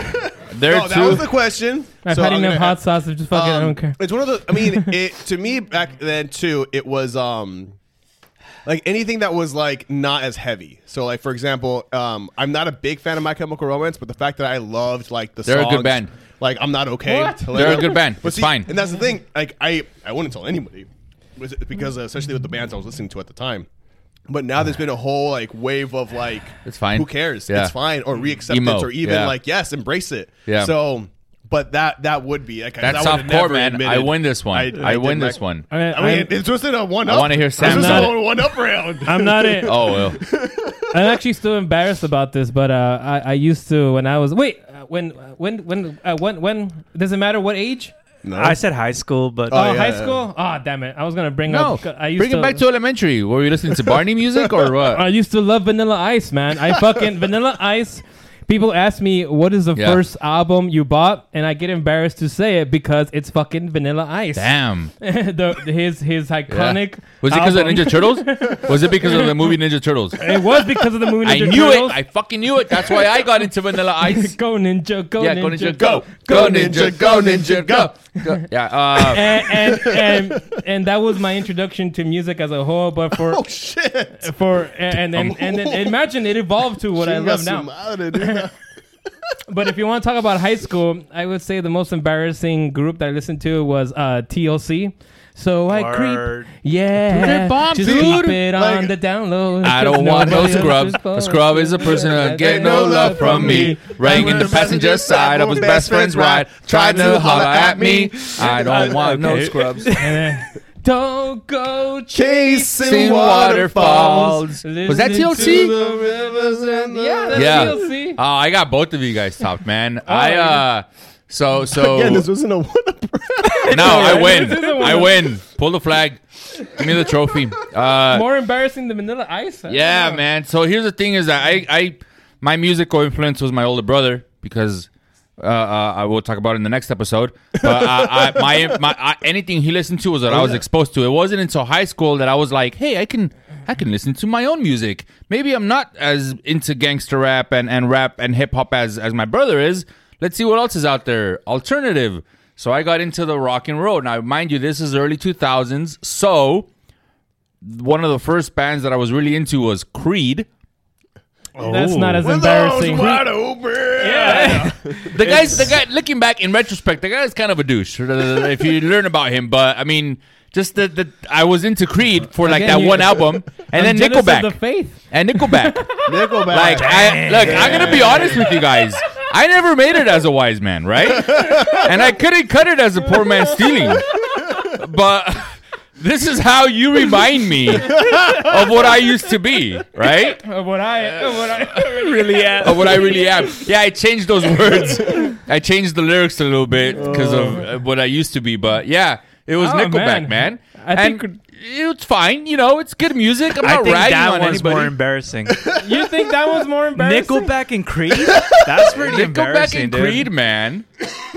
Speaker 4: There
Speaker 5: no,
Speaker 4: too.
Speaker 5: that was the question.
Speaker 3: I've
Speaker 5: So
Speaker 3: had
Speaker 5: I'm
Speaker 3: enough
Speaker 5: gonna-
Speaker 3: hot sauce. I'm just fucking. I
Speaker 5: Um,
Speaker 3: don't care.
Speaker 5: It's one of the. I mean, it to me back then too. It was um, like anything that was like not as heavy. So like for example, um, I'm not a big fan of My Chemical Romance, but the fact that I loved like the
Speaker 4: They're a good
Speaker 5: songs,
Speaker 4: band.
Speaker 5: Like I'm not okay.
Speaker 4: What?
Speaker 5: Hilarious.
Speaker 4: They're a good band.
Speaker 5: But
Speaker 4: It's fine.
Speaker 5: And that's the thing. Like I, I wouldn't tell anybody, was it- because uh, especially with the bands I was listening to at the time. But now there's been a whole like wave of like
Speaker 4: It's fine.
Speaker 5: Who cares?
Speaker 4: Yeah.
Speaker 5: It's fine or reacceptance
Speaker 4: Emo.
Speaker 5: or even
Speaker 4: Yeah.
Speaker 5: like yes, embrace it.
Speaker 4: Yeah.
Speaker 5: So, but that that would be like
Speaker 4: That's
Speaker 5: I would've
Speaker 4: soft core,
Speaker 5: never
Speaker 4: man.
Speaker 5: admitted-
Speaker 4: I win this one. I,
Speaker 5: did
Speaker 4: win
Speaker 5: not-
Speaker 4: this one.
Speaker 5: I mean,
Speaker 3: I'm-
Speaker 5: it's just in a one up.
Speaker 4: I wanna hear Sam
Speaker 5: It's
Speaker 3: not-
Speaker 5: just a one up round.
Speaker 3: I'm not it.
Speaker 4: Oh well.
Speaker 3: I'm actually still embarrassed about this, but uh, I, I used to when I was wait uh, when uh, when when uh, when when doesn't matter what age.
Speaker 6: I said high school, but
Speaker 3: Oh, high school. Ah, damn it! I was gonna bring
Speaker 4: No,
Speaker 3: up. I used
Speaker 4: bring
Speaker 3: to,
Speaker 4: it back to elementary. Were you listening to Barney music or what?
Speaker 3: I used to love Vanilla Ice, man. I fucking Vanilla Ice. People ask me what is the
Speaker 4: Yeah.
Speaker 3: first album you bought, and I get embarrassed to say it because it's fucking Vanilla Ice.
Speaker 4: Damn.
Speaker 3: the, his his
Speaker 4: Yeah.
Speaker 3: iconic.
Speaker 4: Was it because of
Speaker 3: album.
Speaker 4: Ninja Turtles? Was it because of the movie Ninja Turtles?
Speaker 3: it was because of the movie.
Speaker 4: I
Speaker 3: Ninja
Speaker 4: knew
Speaker 3: Turtles.
Speaker 4: it. I fucking knew it. That's why I got into Vanilla Ice.
Speaker 3: go ninja, go
Speaker 4: yeah,
Speaker 3: ninja,
Speaker 4: go ninja, go, go ninja, go ninja, go. Go- Yeah. Uh,
Speaker 3: and, and and and that was my introduction to music as a whole. But for
Speaker 5: Oh shit!
Speaker 3: for and then and then imagine it evolved to what I love now. But if you want to talk about high school, I would say the most embarrassing group that I listened to was uh, TLC. So I
Speaker 6: Word.
Speaker 3: creep, yeah.
Speaker 4: Dude, it bombs,
Speaker 3: just
Speaker 4: dude.
Speaker 3: keep it
Speaker 5: Like-
Speaker 3: on the download.
Speaker 4: I don't want no scrubs. A scrub is a person that get no love from me. Rang in the passenger side of his best friend's ride, tried to holler at me. I don't want no
Speaker 6: Okay.
Speaker 4: scrubs.
Speaker 3: Don't go
Speaker 5: Chasing
Speaker 4: Sing waterfalls. Was that
Speaker 3: Listening
Speaker 4: TLC?
Speaker 3: to the rivers and the- Yeah, that's
Speaker 4: Yeah.
Speaker 3: TLC.
Speaker 4: Oh, I got both of you guys top, man. I uh so so
Speaker 5: Again, this wasn't a one up.
Speaker 4: no, I win.
Speaker 3: This is a one.
Speaker 4: I win. Pull the flag. Give me the trophy. Uh
Speaker 3: More embarrassing than Vanilla Ice. I
Speaker 4: yeah,
Speaker 3: don't know.
Speaker 4: man. So here's the thing is that I I my musical influence was my older brother because uh, uh, I will talk about it in the next episode. But I, I, my, my I, anything he listened to was what I was exposed to. It wasn't until high school that I was like, "Hey, I can I can listen to my own music. Maybe I'm not as into gangster rap and, and rap and hip hop as as my brother is. Let's see what else is out there. Alternative." So I got into the rock and roll. Now, mind you, this is early 2000s. So one of the first bands that I was really into was Creed.
Speaker 3: That's not as embarrassing.
Speaker 4: Yeah. the guy's the guy looking back in retrospect, the guy's kind of a douche. if you learn about him, but I mean just that the, I was into Creed for like
Speaker 3: Again,
Speaker 4: that
Speaker 3: you-
Speaker 4: one album and then
Speaker 3: I'm jealous of The
Speaker 4: Nickelback.
Speaker 3: faith.
Speaker 4: And Nickelback.
Speaker 5: Nickelback.
Speaker 4: like I look, I'm going to be honest with you guys. I never made it as a wise man, right? and I couldn't cut it as a poor man stealing. But this is how you remind me of what I used to be, right?
Speaker 3: Of what I. Of what I
Speaker 6: really at.
Speaker 4: of Oh, what I really am. Yeah, I changed those words. I changed the lyrics a little bit because of uh, what I used to be. But yeah, It was
Speaker 3: Oh,
Speaker 4: Nickelback,
Speaker 3: man.
Speaker 4: man.
Speaker 3: I
Speaker 4: and it's fine. You know, it's good music. I'm
Speaker 6: I
Speaker 4: not
Speaker 6: think
Speaker 4: ragging
Speaker 6: that
Speaker 4: on
Speaker 6: one's
Speaker 4: anybody.
Speaker 6: more embarrassing.
Speaker 3: you think that was more embarrassing?
Speaker 6: Nickelback and Creed? That's pretty
Speaker 4: Nickelback
Speaker 6: embarrassing,
Speaker 4: and
Speaker 6: dude.
Speaker 4: Creed, man.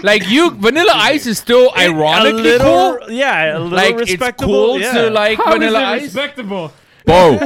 Speaker 4: Like you, Vanilla Ice is still ironically
Speaker 6: little-
Speaker 4: cool.
Speaker 6: yeah, a little
Speaker 4: like
Speaker 6: respectable,
Speaker 4: It's cool
Speaker 6: yeah.
Speaker 4: to like
Speaker 3: How is
Speaker 4: Vanilla
Speaker 3: it
Speaker 4: Ice.
Speaker 3: respectable?
Speaker 4: Bro,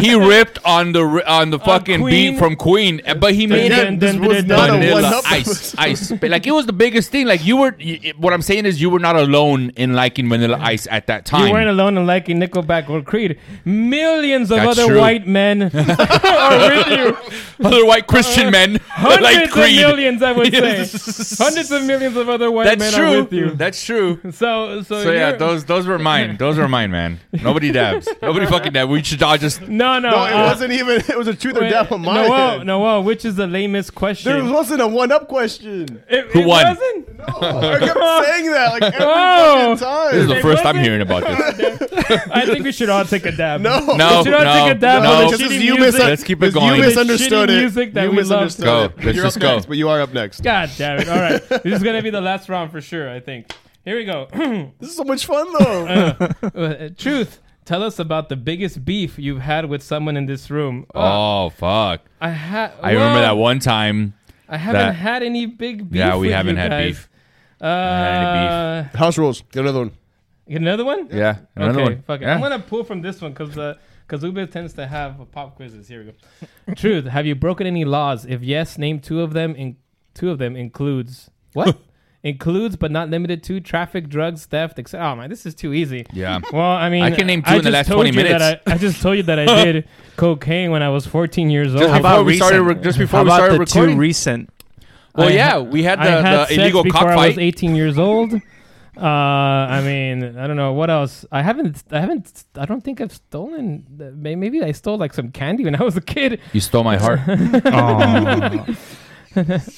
Speaker 4: he ripped on the ri- on the fucking
Speaker 3: Queen.
Speaker 4: beat from Queen, eh, but he made
Speaker 3: dun,
Speaker 4: it
Speaker 3: dun, dun, dun, dun, dun,
Speaker 4: vanilla
Speaker 3: dun.
Speaker 4: ice, ice. But, Like it was the biggest thing. Like you were. y- y- What I'm saying is, you were not alone in liking Vanilla Ice at that time.
Speaker 3: You weren't alone in liking Nickelback or Creed. Millions of
Speaker 4: That's
Speaker 3: other
Speaker 4: true.
Speaker 3: white men are with you.
Speaker 4: Other white Christian men
Speaker 3: Uh, Hundreds
Speaker 4: like
Speaker 3: of
Speaker 4: Creed.
Speaker 3: millions, I would say.
Speaker 4: Yes.
Speaker 3: Hundreds of millions of other white men
Speaker 4: That's
Speaker 3: are
Speaker 4: true.
Speaker 3: with you.
Speaker 4: That's true.
Speaker 3: So, so,
Speaker 4: So yeah,
Speaker 3: you're-
Speaker 4: those those were mine. Those were mine, man. Nobody dabs. Nobody fucking dabs. We should all just
Speaker 3: No, no,
Speaker 5: No, it
Speaker 3: uh,
Speaker 5: wasn't even. It was a truth or
Speaker 3: wait,
Speaker 5: death on my
Speaker 3: Noel,
Speaker 5: end.
Speaker 3: Noel, which is the lamest question?
Speaker 5: There wasn't a one-up question.
Speaker 3: It-
Speaker 4: Who
Speaker 3: it
Speaker 4: won?
Speaker 3: wasn't?
Speaker 5: I kept saying that like every
Speaker 3: Oh.
Speaker 5: fucking time.
Speaker 4: This is the
Speaker 3: It
Speaker 4: first I'm
Speaker 3: wasn't?
Speaker 4: hearing about this.
Speaker 3: I think we should all take a dab.
Speaker 5: No.
Speaker 4: No,
Speaker 3: we should all
Speaker 4: no,
Speaker 3: take a dab.
Speaker 4: no.
Speaker 3: on the
Speaker 5: Just as
Speaker 3: shitty
Speaker 5: you
Speaker 3: music.
Speaker 5: misun-
Speaker 4: Let's keep it
Speaker 5: as
Speaker 4: going.
Speaker 5: You
Speaker 4: The
Speaker 5: misunderstood
Speaker 3: shitty
Speaker 5: it.
Speaker 3: music that
Speaker 5: you
Speaker 3: we love.
Speaker 5: misunderstood
Speaker 4: Go.
Speaker 5: it.
Speaker 4: Let's
Speaker 5: You're
Speaker 4: just
Speaker 5: up
Speaker 4: go.
Speaker 5: Next, but you are up next.
Speaker 3: God damn it! All right, this is gonna be the last round for sure. I think. Here we go.
Speaker 5: This is so much fun though.
Speaker 3: Uh, Truth, tell us about the biggest beef you've had with someone in this room. Uh,
Speaker 4: Oh fuck!
Speaker 3: I had.
Speaker 4: I remember that one time.
Speaker 3: I haven't
Speaker 4: that-
Speaker 3: had any big beef.
Speaker 4: Yeah, we
Speaker 3: with
Speaker 4: haven't
Speaker 3: you
Speaker 4: had
Speaker 3: guys.
Speaker 4: beef.
Speaker 3: Uh,
Speaker 4: had
Speaker 3: any beef.
Speaker 5: House rules. Get another one.
Speaker 3: Another one?
Speaker 4: Yeah, another
Speaker 3: okay,
Speaker 4: one.
Speaker 3: Fuck it.
Speaker 4: Yeah.
Speaker 3: I'm gonna pull from this one because uh, because Ube tends to have uh, pop quizzes. Here we go. Truth, have you broken any laws? If yes, name two of them. In two of them includes what? includes but not limited to traffic, drugs, theft, etc. Oh man, this is too easy.
Speaker 4: Yeah.
Speaker 3: Well, I mean,
Speaker 4: I can name two in the
Speaker 3: just
Speaker 4: last
Speaker 3: told
Speaker 4: 20
Speaker 3: you that
Speaker 4: minutes.
Speaker 3: I, I just told you that I did cocaine when I was 14 years old.
Speaker 4: Just before we started,
Speaker 6: recent?
Speaker 4: re- just
Speaker 6: How
Speaker 4: before we
Speaker 6: about
Speaker 4: started
Speaker 6: the
Speaker 4: recording.
Speaker 6: two recent?
Speaker 4: well,
Speaker 3: I
Speaker 4: yeah,
Speaker 3: ha-
Speaker 4: we had the,
Speaker 3: I had
Speaker 4: the
Speaker 3: sex
Speaker 4: illegal
Speaker 3: before I was
Speaker 4: cockfight.
Speaker 3: 18 years old. Uh, I mean, I don't know what else. I haven't, I haven't, I don't think I've stolen. may- Maybe I stole like some candy when I was a kid.
Speaker 4: You stole my heart.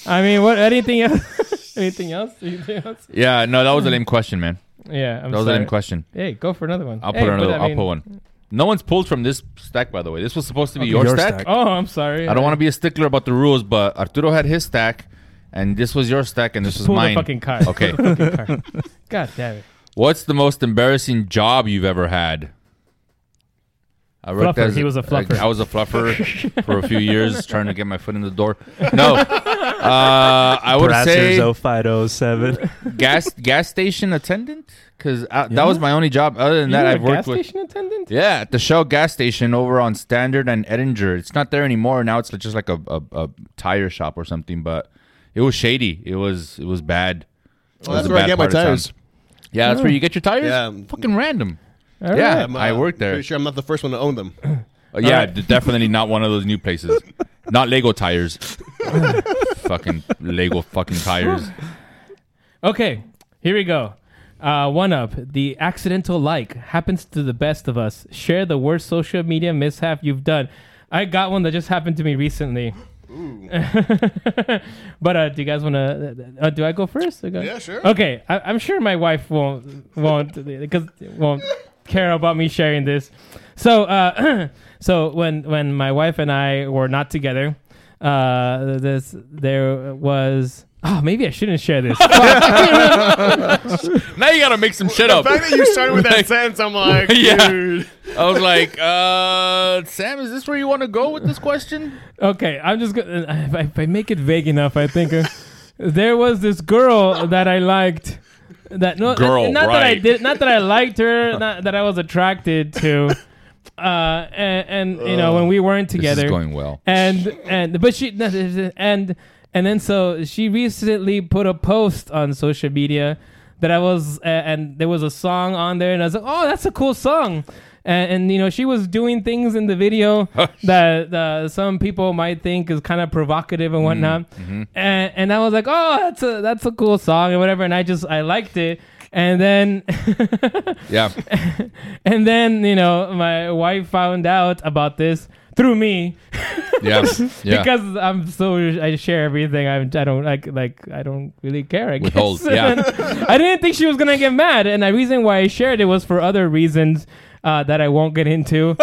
Speaker 3: I mean, what? Anything else? anything else? Anything else?
Speaker 4: yeah, no, that was a lame question, man.
Speaker 3: Yeah, I'm
Speaker 4: That was a
Speaker 3: sorry.
Speaker 4: lame question.
Speaker 3: Hey, go for another one.
Speaker 4: I'll
Speaker 3: Hey,
Speaker 4: put another.
Speaker 3: I mean-
Speaker 4: I'll put one. No one's pulled from this stack, by the way. This was supposed to be your,
Speaker 6: your
Speaker 4: stack.
Speaker 6: stack.
Speaker 3: Oh, I'm sorry.
Speaker 4: I don't want to be a stickler about the rules, but Arturo had his stack, and this was your stack, and this was
Speaker 3: pull
Speaker 4: mine.
Speaker 3: the fucking card.
Speaker 4: Okay.
Speaker 3: Pull the fucking card. God damn it.
Speaker 4: What's the most embarrassing job you've ever had? I worked
Speaker 3: Fluffer. He was a fluffer.
Speaker 4: I, was a fluffer for a few years, trying to get my foot in the door. No, uh, I would say
Speaker 6: Brassers 0507.
Speaker 4: gas gas station attendant because that was my only job. Other than
Speaker 3: You
Speaker 4: that,
Speaker 3: were
Speaker 4: I've
Speaker 3: a
Speaker 4: worked
Speaker 3: gas
Speaker 4: with
Speaker 3: station attendant.
Speaker 4: yeah at the Shell gas station over on Standard and Edinger. It's not there anymore now. It's just like a, a, a tire shop or something. But it was shady. It was it was bad. It was
Speaker 5: that's
Speaker 4: a
Speaker 5: where I
Speaker 4: bad
Speaker 5: get my
Speaker 4: part of town.
Speaker 5: tires.
Speaker 4: Yeah, that's where you get your tires.
Speaker 5: Yeah.
Speaker 4: fucking random.
Speaker 3: All
Speaker 4: yeah,
Speaker 3: right.
Speaker 4: I'm, I worked there.
Speaker 5: Pretty sure I'm not the first one to own them.
Speaker 4: Uh, yeah,
Speaker 3: right.
Speaker 4: d- definitely not one of those new places. not Lego tires. fucking Lego fucking tires.
Speaker 3: Okay, here we go. Uh, one up. The accidental like happens to the best of us. Share the worst social media mishap you've done. I got one that just happened to me recently. but uh, do you guys want to? Uh, do I go first? Or go-
Speaker 5: Yeah, sure.
Speaker 3: Okay, I, I'm sure my wife won't won't because won't care about me sharing this. So, uh, so when when my wife and I were not together, uh, this there was. Oh, maybe I shouldn't share this.
Speaker 4: Now you gotta make some shit
Speaker 5: The
Speaker 4: up.
Speaker 5: fact that you started with
Speaker 4: Like-
Speaker 5: that sentence, I'm like,
Speaker 4: Yeah.
Speaker 5: dude.
Speaker 4: I was like, uh, Sam, is this where you want to go with this question?
Speaker 3: Okay, I'm just gonna. uh, If I, if I make it vague enough, I think uh, there was this girl that I liked. That no,
Speaker 4: Girl,
Speaker 3: not that I
Speaker 4: right.
Speaker 3: did, not that I liked her, not that I was attracted to. Uh, and, and you know when we weren't together,
Speaker 4: This is going well.
Speaker 3: and and but she and and then so she recently put a post on social media that I was uh, and there was a song on there and I was like, oh, that's a cool song. And, and you know she was doing things in the video that uh, some people might think is kind of provocative and whatnot, and, and I was like, oh, that's a that's a cool song and whatever, and I just I liked it, and then
Speaker 4: Yeah.
Speaker 3: and then you know my wife found out about this through me,
Speaker 4: Yeah. Yeah.
Speaker 3: because I'm so I share everything. I, I don't like like I don't really care. I
Speaker 4: Withhold,
Speaker 3: guess.
Speaker 4: yeah.
Speaker 3: I didn't think she was gonna get mad, and the reason why I shared it was for other reasons uh, that I won't get into.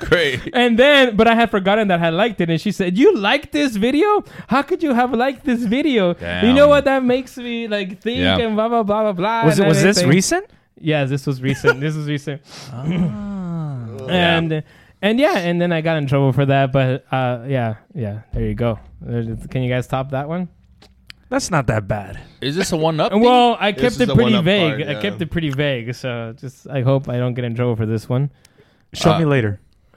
Speaker 4: Great.
Speaker 3: And then, but I had forgotten that I liked it. And she said, You like this video? How could you have liked this video? You know
Speaker 4: Damn.
Speaker 3: what? That makes me like think
Speaker 4: Yeah.
Speaker 3: and blah, blah, blah, blah, blah.
Speaker 6: Was
Speaker 3: and
Speaker 6: it- was this
Speaker 3: everything.
Speaker 6: recent?
Speaker 3: Yeah, this was recent. this was recent. and, and yeah, and then I got in trouble for that. But uh, yeah, yeah, there you go. There- Can you guys top that one?
Speaker 6: That's not that bad.
Speaker 4: Is this a one up?
Speaker 3: Well, I kept it pretty vague. I kept it pretty vague. So just, I hope I don't get in trouble for this one.
Speaker 6: Show me later.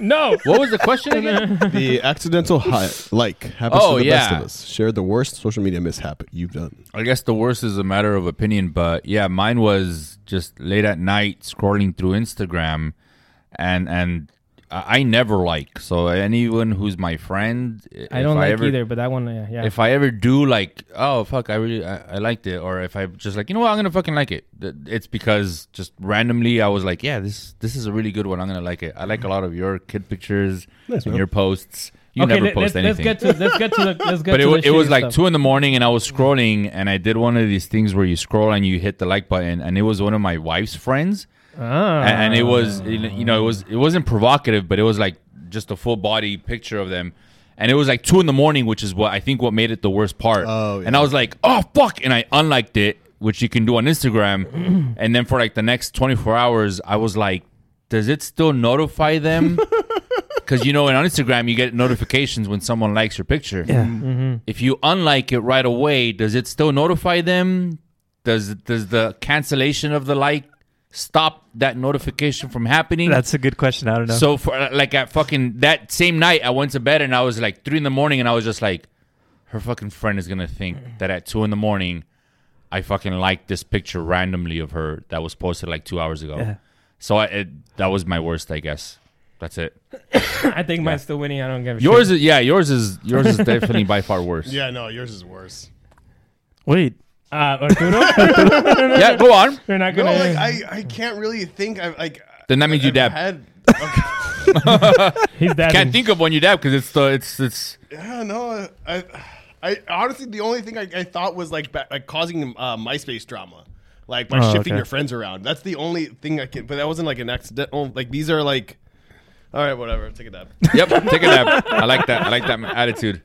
Speaker 3: no.
Speaker 4: What was the question again?
Speaker 5: the accidental hi- like happens
Speaker 4: Oh,
Speaker 5: to the best
Speaker 4: yeah.
Speaker 5: of us. Share the worst social media mishap you've done.
Speaker 4: I guess the worst is a matter of opinion, but yeah, mine was just late at night scrolling through Instagram, and and I I never like so anyone who's my friend.
Speaker 3: I
Speaker 4: if
Speaker 3: don't like
Speaker 4: ever-
Speaker 3: either, but that one, yeah, yeah.
Speaker 4: If I ever do like, oh fuck, I really I, I liked it, or if I just like, you know what, I'm gonna fucking like it. th- It's because just randomly I was like, yeah, this this is a really good one. I'm gonna like it. I like a lot of your kid pictures
Speaker 3: Nice,
Speaker 4: and
Speaker 3: man.
Speaker 4: your posts. You
Speaker 3: Okay,
Speaker 4: never
Speaker 3: let- let's-
Speaker 4: post
Speaker 3: let's
Speaker 4: anything
Speaker 3: get to- let's get to the- let's get
Speaker 4: but
Speaker 3: to
Speaker 4: it, wa-
Speaker 3: the
Speaker 4: it was
Speaker 3: shitty
Speaker 4: like
Speaker 3: stuff.
Speaker 4: two in the morning, and I was scrolling, and I did one of these things where you scroll and you hit the like button, and it was one of my wife's friends,
Speaker 3: Ah.
Speaker 4: and, and it was you know it was it wasn't provocative, but it was like just a full body picture of them. And it was like two in the morning, which is what I think what made it the worst part. Oh, And I was like, oh fuck, and I unliked it, which you can do on Instagram. and then for like the next twenty four hours, I was like, does it still notify them? Because you know, and on Instagram, you get notifications when someone likes your picture.
Speaker 6: Yeah. Mhm.
Speaker 4: If you unlike it right away, does it still notify them? Does does the cancellation of the like stop that notification from happening?
Speaker 6: That's a good question. I don't know.
Speaker 4: So for like at fucking that same night, I went to bed and I was like three in the morning, and I was just like, her fucking friend is gonna think that at two in the morning, I fucking liked this picture randomly of her that was posted like two hours ago.
Speaker 3: Yeah.
Speaker 4: So I, it, that was my worst, I guess. That's it.
Speaker 3: I think mine's still winning. I don't give a
Speaker 4: Yours
Speaker 3: shit.
Speaker 4: is yeah. Yours is yours is definitely by far worse.
Speaker 5: Yeah, no, yours is worse.
Speaker 6: Wait.
Speaker 3: Uh, Arturo? yeah,
Speaker 4: go on.
Speaker 3: You're not gonna.
Speaker 5: No, like I, I can't really think. I like.
Speaker 4: Then that means you dab.
Speaker 5: Had,
Speaker 3: He's dabbing.
Speaker 4: Can't think of one you dab because it's the it's it's.
Speaker 5: yeah, no, I, I honestly the only thing I, I thought was like ba- like causing uh, MySpace drama, like by
Speaker 6: Oh,
Speaker 5: shifting
Speaker 6: okay.
Speaker 5: your friends around. That's the only thing I can. But that wasn't like an accidental. Like these are like. All right, whatever. Take a dab.
Speaker 4: Yep, take a dab. I like that. I like that attitude.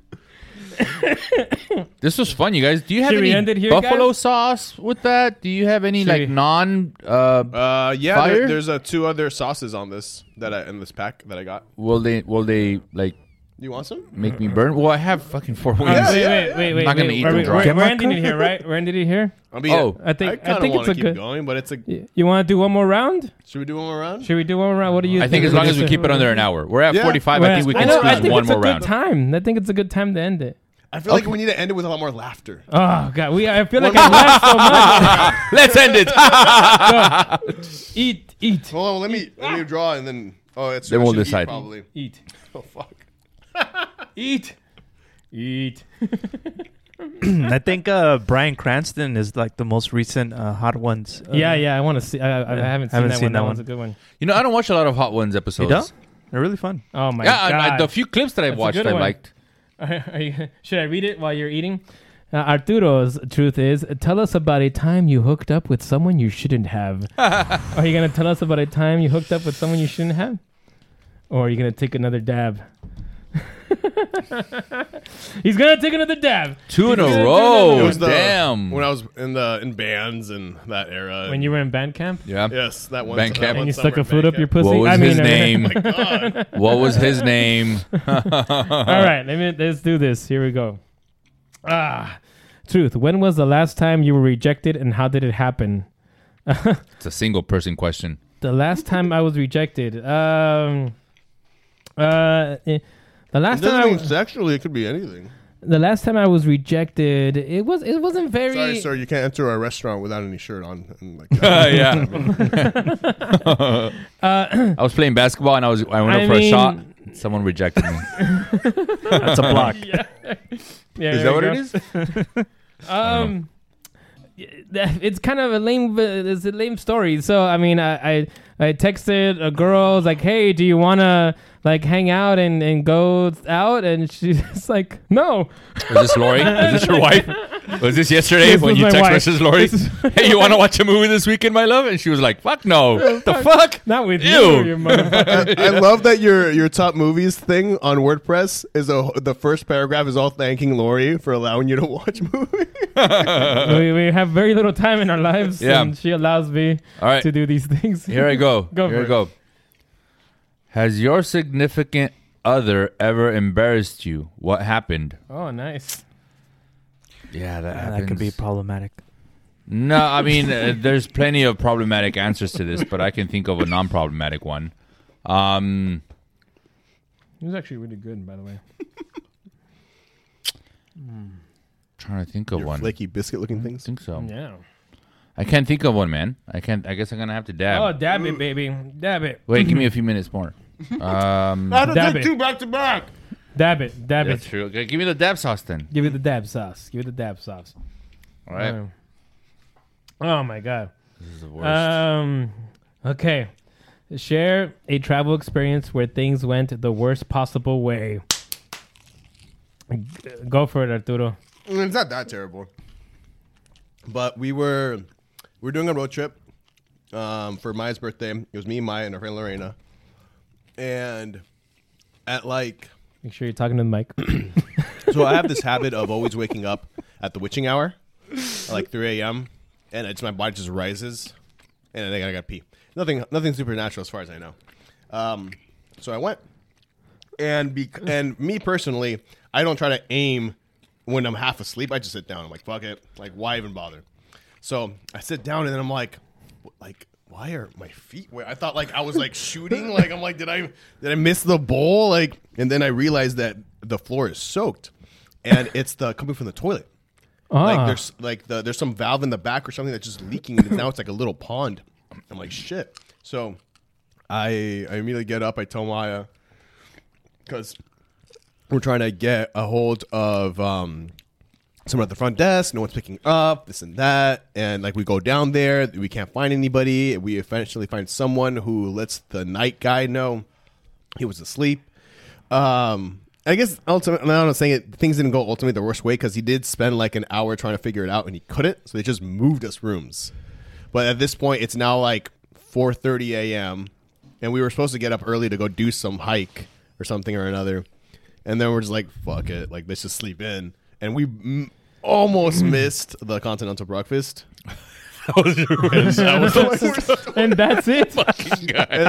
Speaker 4: this was fun, you guys. Do you have
Speaker 3: Should we
Speaker 4: any
Speaker 3: end it here,
Speaker 4: buffalo
Speaker 3: guys?
Speaker 4: sauce with that? Do you have any
Speaker 3: Should
Speaker 4: like
Speaker 3: we-
Speaker 4: non? Uh,
Speaker 5: Uh, yeah.
Speaker 4: fire?
Speaker 5: There, there's uh, two other sauces on this that I in this pack that I got.
Speaker 4: will they will they like
Speaker 5: You want some?
Speaker 4: make me burn? Well, I have fucking four wings.
Speaker 3: Uh, wait, wait, wait, wait.
Speaker 4: I'm not gonna
Speaker 3: wait.
Speaker 4: eat
Speaker 3: Are
Speaker 4: them
Speaker 3: we-
Speaker 4: dry.
Speaker 3: We're, we're ending it here, right? We're ending it here.
Speaker 5: uh, I mean,
Speaker 4: Oh.
Speaker 3: I think I,
Speaker 5: kinda
Speaker 3: think it's
Speaker 5: wanna
Speaker 3: a
Speaker 5: keep
Speaker 3: good.
Speaker 5: going, but it's a.
Speaker 3: You want to do one more round?
Speaker 5: Should we do one more round?
Speaker 3: Should we do one more round? What do you?
Speaker 4: I think as long as we keep it under an hour. We're at
Speaker 5: Yeah.
Speaker 4: 45. I
Speaker 3: Well,
Speaker 4: think we can
Speaker 3: know, I
Speaker 4: squeeze
Speaker 3: think
Speaker 4: one
Speaker 3: it's a
Speaker 4: more
Speaker 3: good
Speaker 4: round.
Speaker 3: Time. I think it's a good time to end it.
Speaker 5: I feel like we need to end it with a lot more laughter.
Speaker 3: Oh god, we. I feel like I laughed so much.
Speaker 4: Let's end it.
Speaker 3: eat, eat.
Speaker 5: Hold on, let me let me draw and then. Oh, it's
Speaker 4: Then
Speaker 5: I
Speaker 4: we'll
Speaker 5: should eat
Speaker 4: decide.
Speaker 5: probably.
Speaker 3: Eat,
Speaker 5: Oh fuck.
Speaker 3: eat, eat.
Speaker 6: I think uh, Brian Cranston is like the most recent uh, hot ones. Uh,
Speaker 3: yeah, yeah. I want to see. I, I I
Speaker 6: yeah.
Speaker 3: haven't seen
Speaker 6: Haven't
Speaker 3: that
Speaker 6: seen
Speaker 3: one.
Speaker 6: that
Speaker 3: That one's a
Speaker 6: one.
Speaker 3: good one.
Speaker 4: You know, I don't watch a lot of Hot Ones episodes.
Speaker 6: don't? They're really fun.
Speaker 3: Oh my
Speaker 4: Yeah, I- I-
Speaker 3: god.
Speaker 4: the few clips that I've
Speaker 3: That's a
Speaker 4: watched,
Speaker 3: good
Speaker 4: I
Speaker 3: one.
Speaker 4: liked.
Speaker 3: Are, are you, should I read it while you're eating? Uh, Arturo's truth is tell us about a time you hooked up with someone you shouldn't have. are you going to tell us about a time you hooked up with someone you shouldn't have? Or are you going to take another dab? He's going to take another dab.
Speaker 4: Two in
Speaker 3: He's
Speaker 4: a
Speaker 3: gonna
Speaker 4: row.
Speaker 3: take
Speaker 5: Oh,
Speaker 3: another
Speaker 4: was the- Damn.
Speaker 5: When I was in the in bands and that era.
Speaker 3: dab. When you were in band camp?
Speaker 4: Yeah.
Speaker 5: yes, that one.
Speaker 4: Band
Speaker 5: that
Speaker 4: camp.
Speaker 5: one
Speaker 3: And you
Speaker 5: summer
Speaker 3: stuck a
Speaker 5: at
Speaker 3: foot
Speaker 5: band
Speaker 3: up your
Speaker 5: camp.
Speaker 3: pussy.
Speaker 4: What was
Speaker 3: I mean,
Speaker 4: his
Speaker 3: uh,
Speaker 4: name?
Speaker 5: God.
Speaker 4: what was his name?
Speaker 3: All right, let me let's do this. Here we go. Ah, truth. When was the last time you were rejected, and how did it happen?
Speaker 4: It's a single person question.
Speaker 3: The last time I was rejected. Um, uh, eh, the
Speaker 5: It
Speaker 3: last time I
Speaker 5: doesn't mean
Speaker 3: was,
Speaker 5: sexually. It could be anything.
Speaker 3: the last time I was rejected, it was it wasn't very.
Speaker 5: Sorry, sir. You can't enter a restaurant without any shirt on. And like,
Speaker 4: Uh, yeah. I was playing basketball and I was I went
Speaker 3: Uh, I
Speaker 4: up for
Speaker 3: mean-
Speaker 4: a shot. Someone rejected me.
Speaker 6: That's a block.
Speaker 3: Yeah,
Speaker 4: Is
Speaker 3: there
Speaker 4: that
Speaker 3: you
Speaker 4: what
Speaker 3: go.
Speaker 4: it is?
Speaker 3: Um, that- it's kind of a lame. uh, It's a lame story. So I mean, I I, I texted a girl I was like, "Hey, do you wanna like hang out and, and go out and she's like no
Speaker 4: Was this Lori? Is this your wife? Was this yesterday
Speaker 3: This
Speaker 4: when
Speaker 3: was
Speaker 4: you
Speaker 3: my
Speaker 4: text
Speaker 3: wife.
Speaker 4: messaged Lori?
Speaker 3: This is-
Speaker 4: Hey, you want to watch a movie this weekend, my love? And she was like, "Fuck no." the fuck?
Speaker 3: Not with
Speaker 4: Ew.
Speaker 3: you motherfucker.
Speaker 5: I, I love that your your top movies thing on WordPress is a, the first paragraph is all thanking Lori for allowing you to watch movies.
Speaker 3: we, we have very little time in our lives
Speaker 4: Yeah.
Speaker 3: and she allows me
Speaker 4: All right.
Speaker 3: to do these things
Speaker 4: Here I go.
Speaker 3: go
Speaker 4: Here
Speaker 3: for
Speaker 4: I
Speaker 3: it.
Speaker 4: go. Has your significant other ever embarrassed you? What happened?
Speaker 3: oh nice
Speaker 4: Yeah, that,
Speaker 6: that could be problematic.
Speaker 4: No, I mean, uh, there's plenty of problematic answers to this, but I can think of a non-problematic one. Um,
Speaker 3: it was actually really good by the way
Speaker 4: trying to think of one.
Speaker 5: Flaky biscuit looking things.
Speaker 4: think so.
Speaker 3: yeah
Speaker 4: I can't think of one, man. I can't. I guess I'm gonna have to dab.
Speaker 3: oh dab it baby dab it
Speaker 4: Wait, give me a few minutes more. Um,
Speaker 3: dab it
Speaker 5: back to back
Speaker 3: dab it dab
Speaker 4: That's
Speaker 3: it
Speaker 4: true. Okay, give me the dab sauce then.
Speaker 3: give it the dab sauce give it the dab sauce
Speaker 4: All right.
Speaker 3: Um, oh my god this is
Speaker 4: the
Speaker 3: worst um okay share a travel experience where things went the worst possible way G- go for it arturo
Speaker 5: Mm, It's not that terrible. But we were we were doing a road trip um, for Maya's birthday. It was me, Maya, and her friend Lorena. And at like
Speaker 3: Make sure you're talking to the mic.
Speaker 5: so I have this habit of always waking up at the witching hour, at like 3 a.m., and it's my body just rises, and then I gotta pee. Nothing, nothing supernatural as far as I know. Um, so I went, and bec- and me personally, I don't try to aim when I'm half asleep. I just sit down. I'm like, fuck it. Like, why even bother? So I sit down, and then I'm like, w- like. Why are my feet wet? I thought like I was like shooting. Like I'm like, did I did I miss the bowl? Like, and then I realized that the floor is soaked, and it's the coming from the toilet.
Speaker 3: Ah.
Speaker 5: Like there's like the, there's some valve in the back or something that's just leaking, and now it's like a little pond. I'm like shit. So I I immediately get up. I tell Maya because we're trying to get a hold of um, someone at the front desk. No one's picking up this and that, and like we go down there, we can't find anybody. We eventually find someone who lets the night guy know he was asleep. Um, I guess ultimately, I'm not saying it. Things didn't go ultimately the worst way because he did spend like an hour trying to figure it out and he couldn't. So they just moved us rooms. But at this point, it's now like 4:30 a.m. and we were supposed to get up early to go do some hike or something or another. And then we're just like, fuck it, like let's just sleep in. And we m- almost missed the continental breakfast. that was your That was
Speaker 3: and that's it.
Speaker 5: I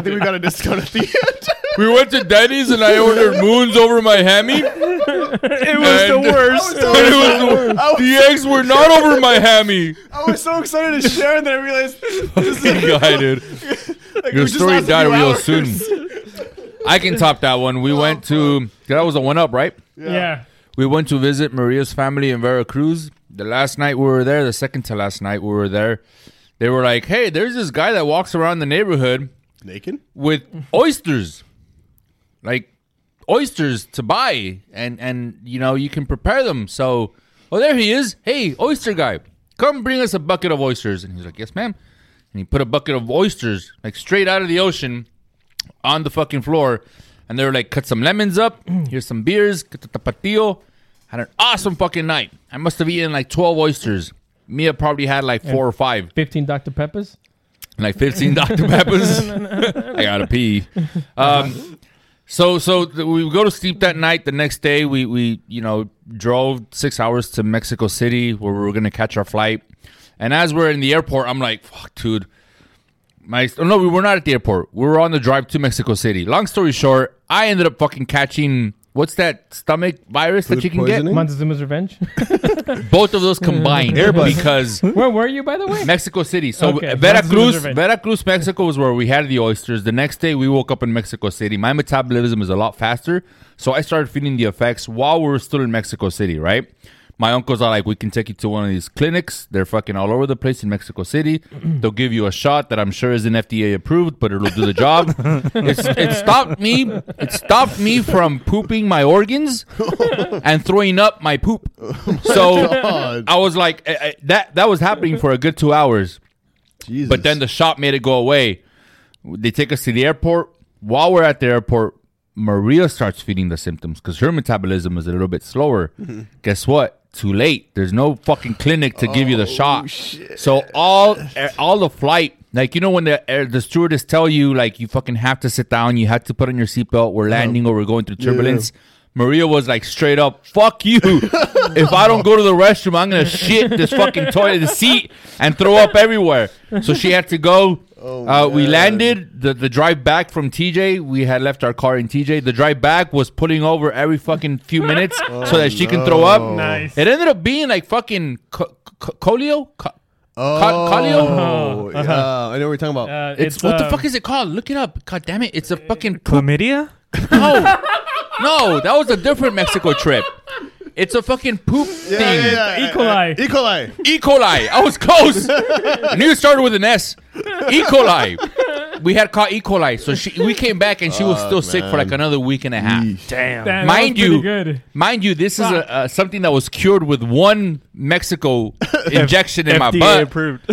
Speaker 5: think we got a discount at the end.
Speaker 4: We went to Denny's and I ordered moons over my hammy.
Speaker 6: It
Speaker 4: was the
Speaker 6: worst.
Speaker 4: But it was- the eggs were not over my hammy.
Speaker 5: I was so excited to share, and then I realized this is
Speaker 4: Guy, dude. Your
Speaker 5: Like, we just
Speaker 4: story
Speaker 5: lost a
Speaker 4: died
Speaker 5: few
Speaker 4: real
Speaker 5: hours.
Speaker 4: soon. I can top that one. We went to that was a one up, right?
Speaker 3: Yeah.
Speaker 4: We went to visit Maria's family in Veracruz. The last night we were there, the second to last night we were there, they were like, "Hey, there's this guy that walks around the neighborhood
Speaker 5: Naked?
Speaker 4: with oysters, like oysters to buy, and and you know you can prepare them." So, oh, there he is. Hey, oyster guy, come bring us a bucket of oysters. And he's like, "Yes, ma'am." And he put a bucket of oysters like straight out of the ocean on the fucking floor, and they were like, "Cut some lemons up. Here's some beers. Cut the tapatio." Had an awesome fucking night. I must have eaten like twelve oysters. Mia probably had like four or five,
Speaker 3: 15 Dr. Peppers.
Speaker 4: and like fifteen Dr Peppers. I gotta pee. Um, so so th- we go to sleep that night. The next day, we we you know drove six hours to Mexico City where we were gonna catch our flight. And as we're in the airport, I'm like, "Fuck, dude." My oh, no, we were not at the airport. We were on the drive to Mexico City. Long story short, I ended up fucking catching what's that stomach virus that you can
Speaker 5: Hmm?
Speaker 3: Montezuma's Revenge.
Speaker 4: get? Both of those combined
Speaker 3: Airbus.
Speaker 4: because
Speaker 3: Where were you, by the way?
Speaker 4: Mexico City. So
Speaker 3: Okay,
Speaker 4: Veracruz,
Speaker 3: Montezuma's Revenge.
Speaker 4: Veracruz, Mexico was where we had the oysters. The next day, we woke up in Mexico City. My metabolism is a lot faster, so I started feeling the effects while we were still in Mexico City. Right? My uncles are like, "We can take you to one of these clinics. They're fucking all over the place in Mexico City. They'll give you a shot that I'm sure isn't FDA approved, but it'll do the job." it's, it stopped me. It stopped me from pooping my organs and throwing up my poop. So
Speaker 5: God.
Speaker 4: I was like, I, I- that that was happening for a good two hours. But then the shop made it go away. They take us to the airport. While we're at the airport, Maria starts feeling the symptoms because her metabolism is a little bit slower.
Speaker 8: Mhm.
Speaker 4: Guess what? Too late. There's no fucking clinic to give you the shot. So all eh, all the flight, like you know when the air, the stewardess tell you like you fucking have to sit down, you have to put on your seatbelt. We're landing or we're going through
Speaker 8: Yeah.
Speaker 4: turbulence. Maria was like straight up, "Fuck you! if I don't go to the restroom, I'm gonna shit this fucking toilet, the seat, and throw up everywhere." So she had to go. uh, we landed. The the drive back from TJ, we had left our car in TJ. The drive back was pulling over every fucking few minutes so that she can throw
Speaker 8: no.
Speaker 4: up.
Speaker 8: Nice.
Speaker 4: It ended up being like fucking co- co- colio. Co-
Speaker 5: Oh, Uh-huh.
Speaker 4: Col- colio?
Speaker 5: yeah. I know what you're talking about.
Speaker 4: it's, what the fuck is it called? Look it up. God damn it! It's a fucking chlamydia. No, no, that was a different Mexico trip. It's a fucking poop
Speaker 5: Yeah,
Speaker 4: thing.
Speaker 5: yeah, yeah, E. coli. E. coli.
Speaker 4: E. coli. I was close. I knew it started with an S. E. coli. We had caught E. coli, so she, we came back and she was
Speaker 8: Fuck,
Speaker 4: still sick for like
Speaker 8: man.
Speaker 4: another week and a half.
Speaker 8: Damn, that
Speaker 4: mind
Speaker 8: was pretty
Speaker 4: you,
Speaker 8: good.
Speaker 4: mind you, this is a, uh, something that was cured with one Mexico injection in my
Speaker 6: FDA
Speaker 4: butt
Speaker 6: approved.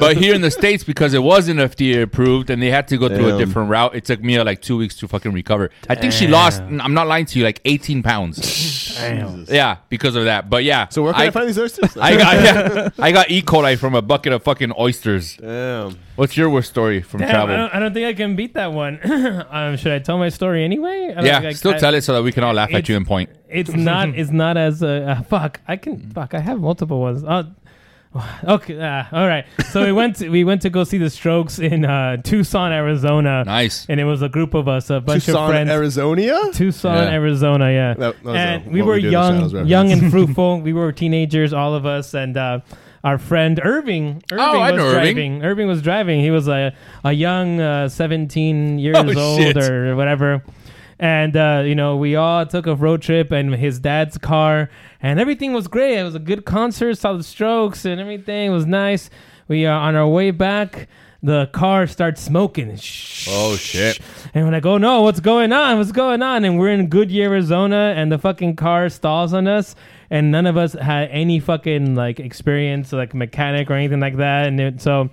Speaker 4: but here in the states, because it wasn't FDA approved and they had to go through a
Speaker 6: Damn.
Speaker 4: different route, it took Mia like two weeks to fucking recover. I think she lost. I'm not lying to you, like 18 pounds.
Speaker 5: Damn.
Speaker 4: Yeah, because of that. But yeah, so
Speaker 5: where can I find these oysters?
Speaker 4: I got yeah, I got E. coli from a bucket of fucking oysters. Damn. What's your worst story from
Speaker 3: Damn, I,
Speaker 4: travel?
Speaker 3: don't, I don't think I can beat that one. um, should I tell my story anyway? I don't
Speaker 4: Yeah,
Speaker 3: think I-
Speaker 4: still
Speaker 3: I-
Speaker 4: tell it so that we can all laugh at you and point.
Speaker 3: It's not. It's not as uh, uh, fuck. I can fuck. I have multiple ones. Uh, okay. Uh, all right. So we went. To, we went to go see the Strokes in uh, Tucson, Arizona.
Speaker 4: Nice.
Speaker 3: And it was a group of us, a bunch
Speaker 5: Tucson,
Speaker 3: of friends.
Speaker 5: Arizona?
Speaker 3: Tucson,
Speaker 5: Yeah.
Speaker 3: Arizona. Yeah.
Speaker 5: That- that was
Speaker 3: and
Speaker 5: a
Speaker 3: we
Speaker 5: What
Speaker 3: were
Speaker 5: We Do in the Shadows
Speaker 3: young,
Speaker 5: reference.
Speaker 3: young and fruitful. we were teenagers, all of us, and. Uh, our friend Irving, Irving
Speaker 4: Oh, I
Speaker 3: was
Speaker 4: know Irving.
Speaker 3: driving. Irving was driving. He was a a young uh, seventeen years
Speaker 4: Oh,
Speaker 3: old
Speaker 4: shit.
Speaker 3: or whatever. And uh, you know, we all took a road trip and his dad's car, and everything was great. It was a good concert, saw the Strokes, and everything was nice. We are on our way back. The car starts smoking. Shh.
Speaker 4: Oh shit!
Speaker 3: And we're like, oh no, what's going on? What's going on? And we're in Goodyear, Arizona, and the fucking car stalls on us, and none of us had any fucking like experience, like mechanic or anything like that. And it, so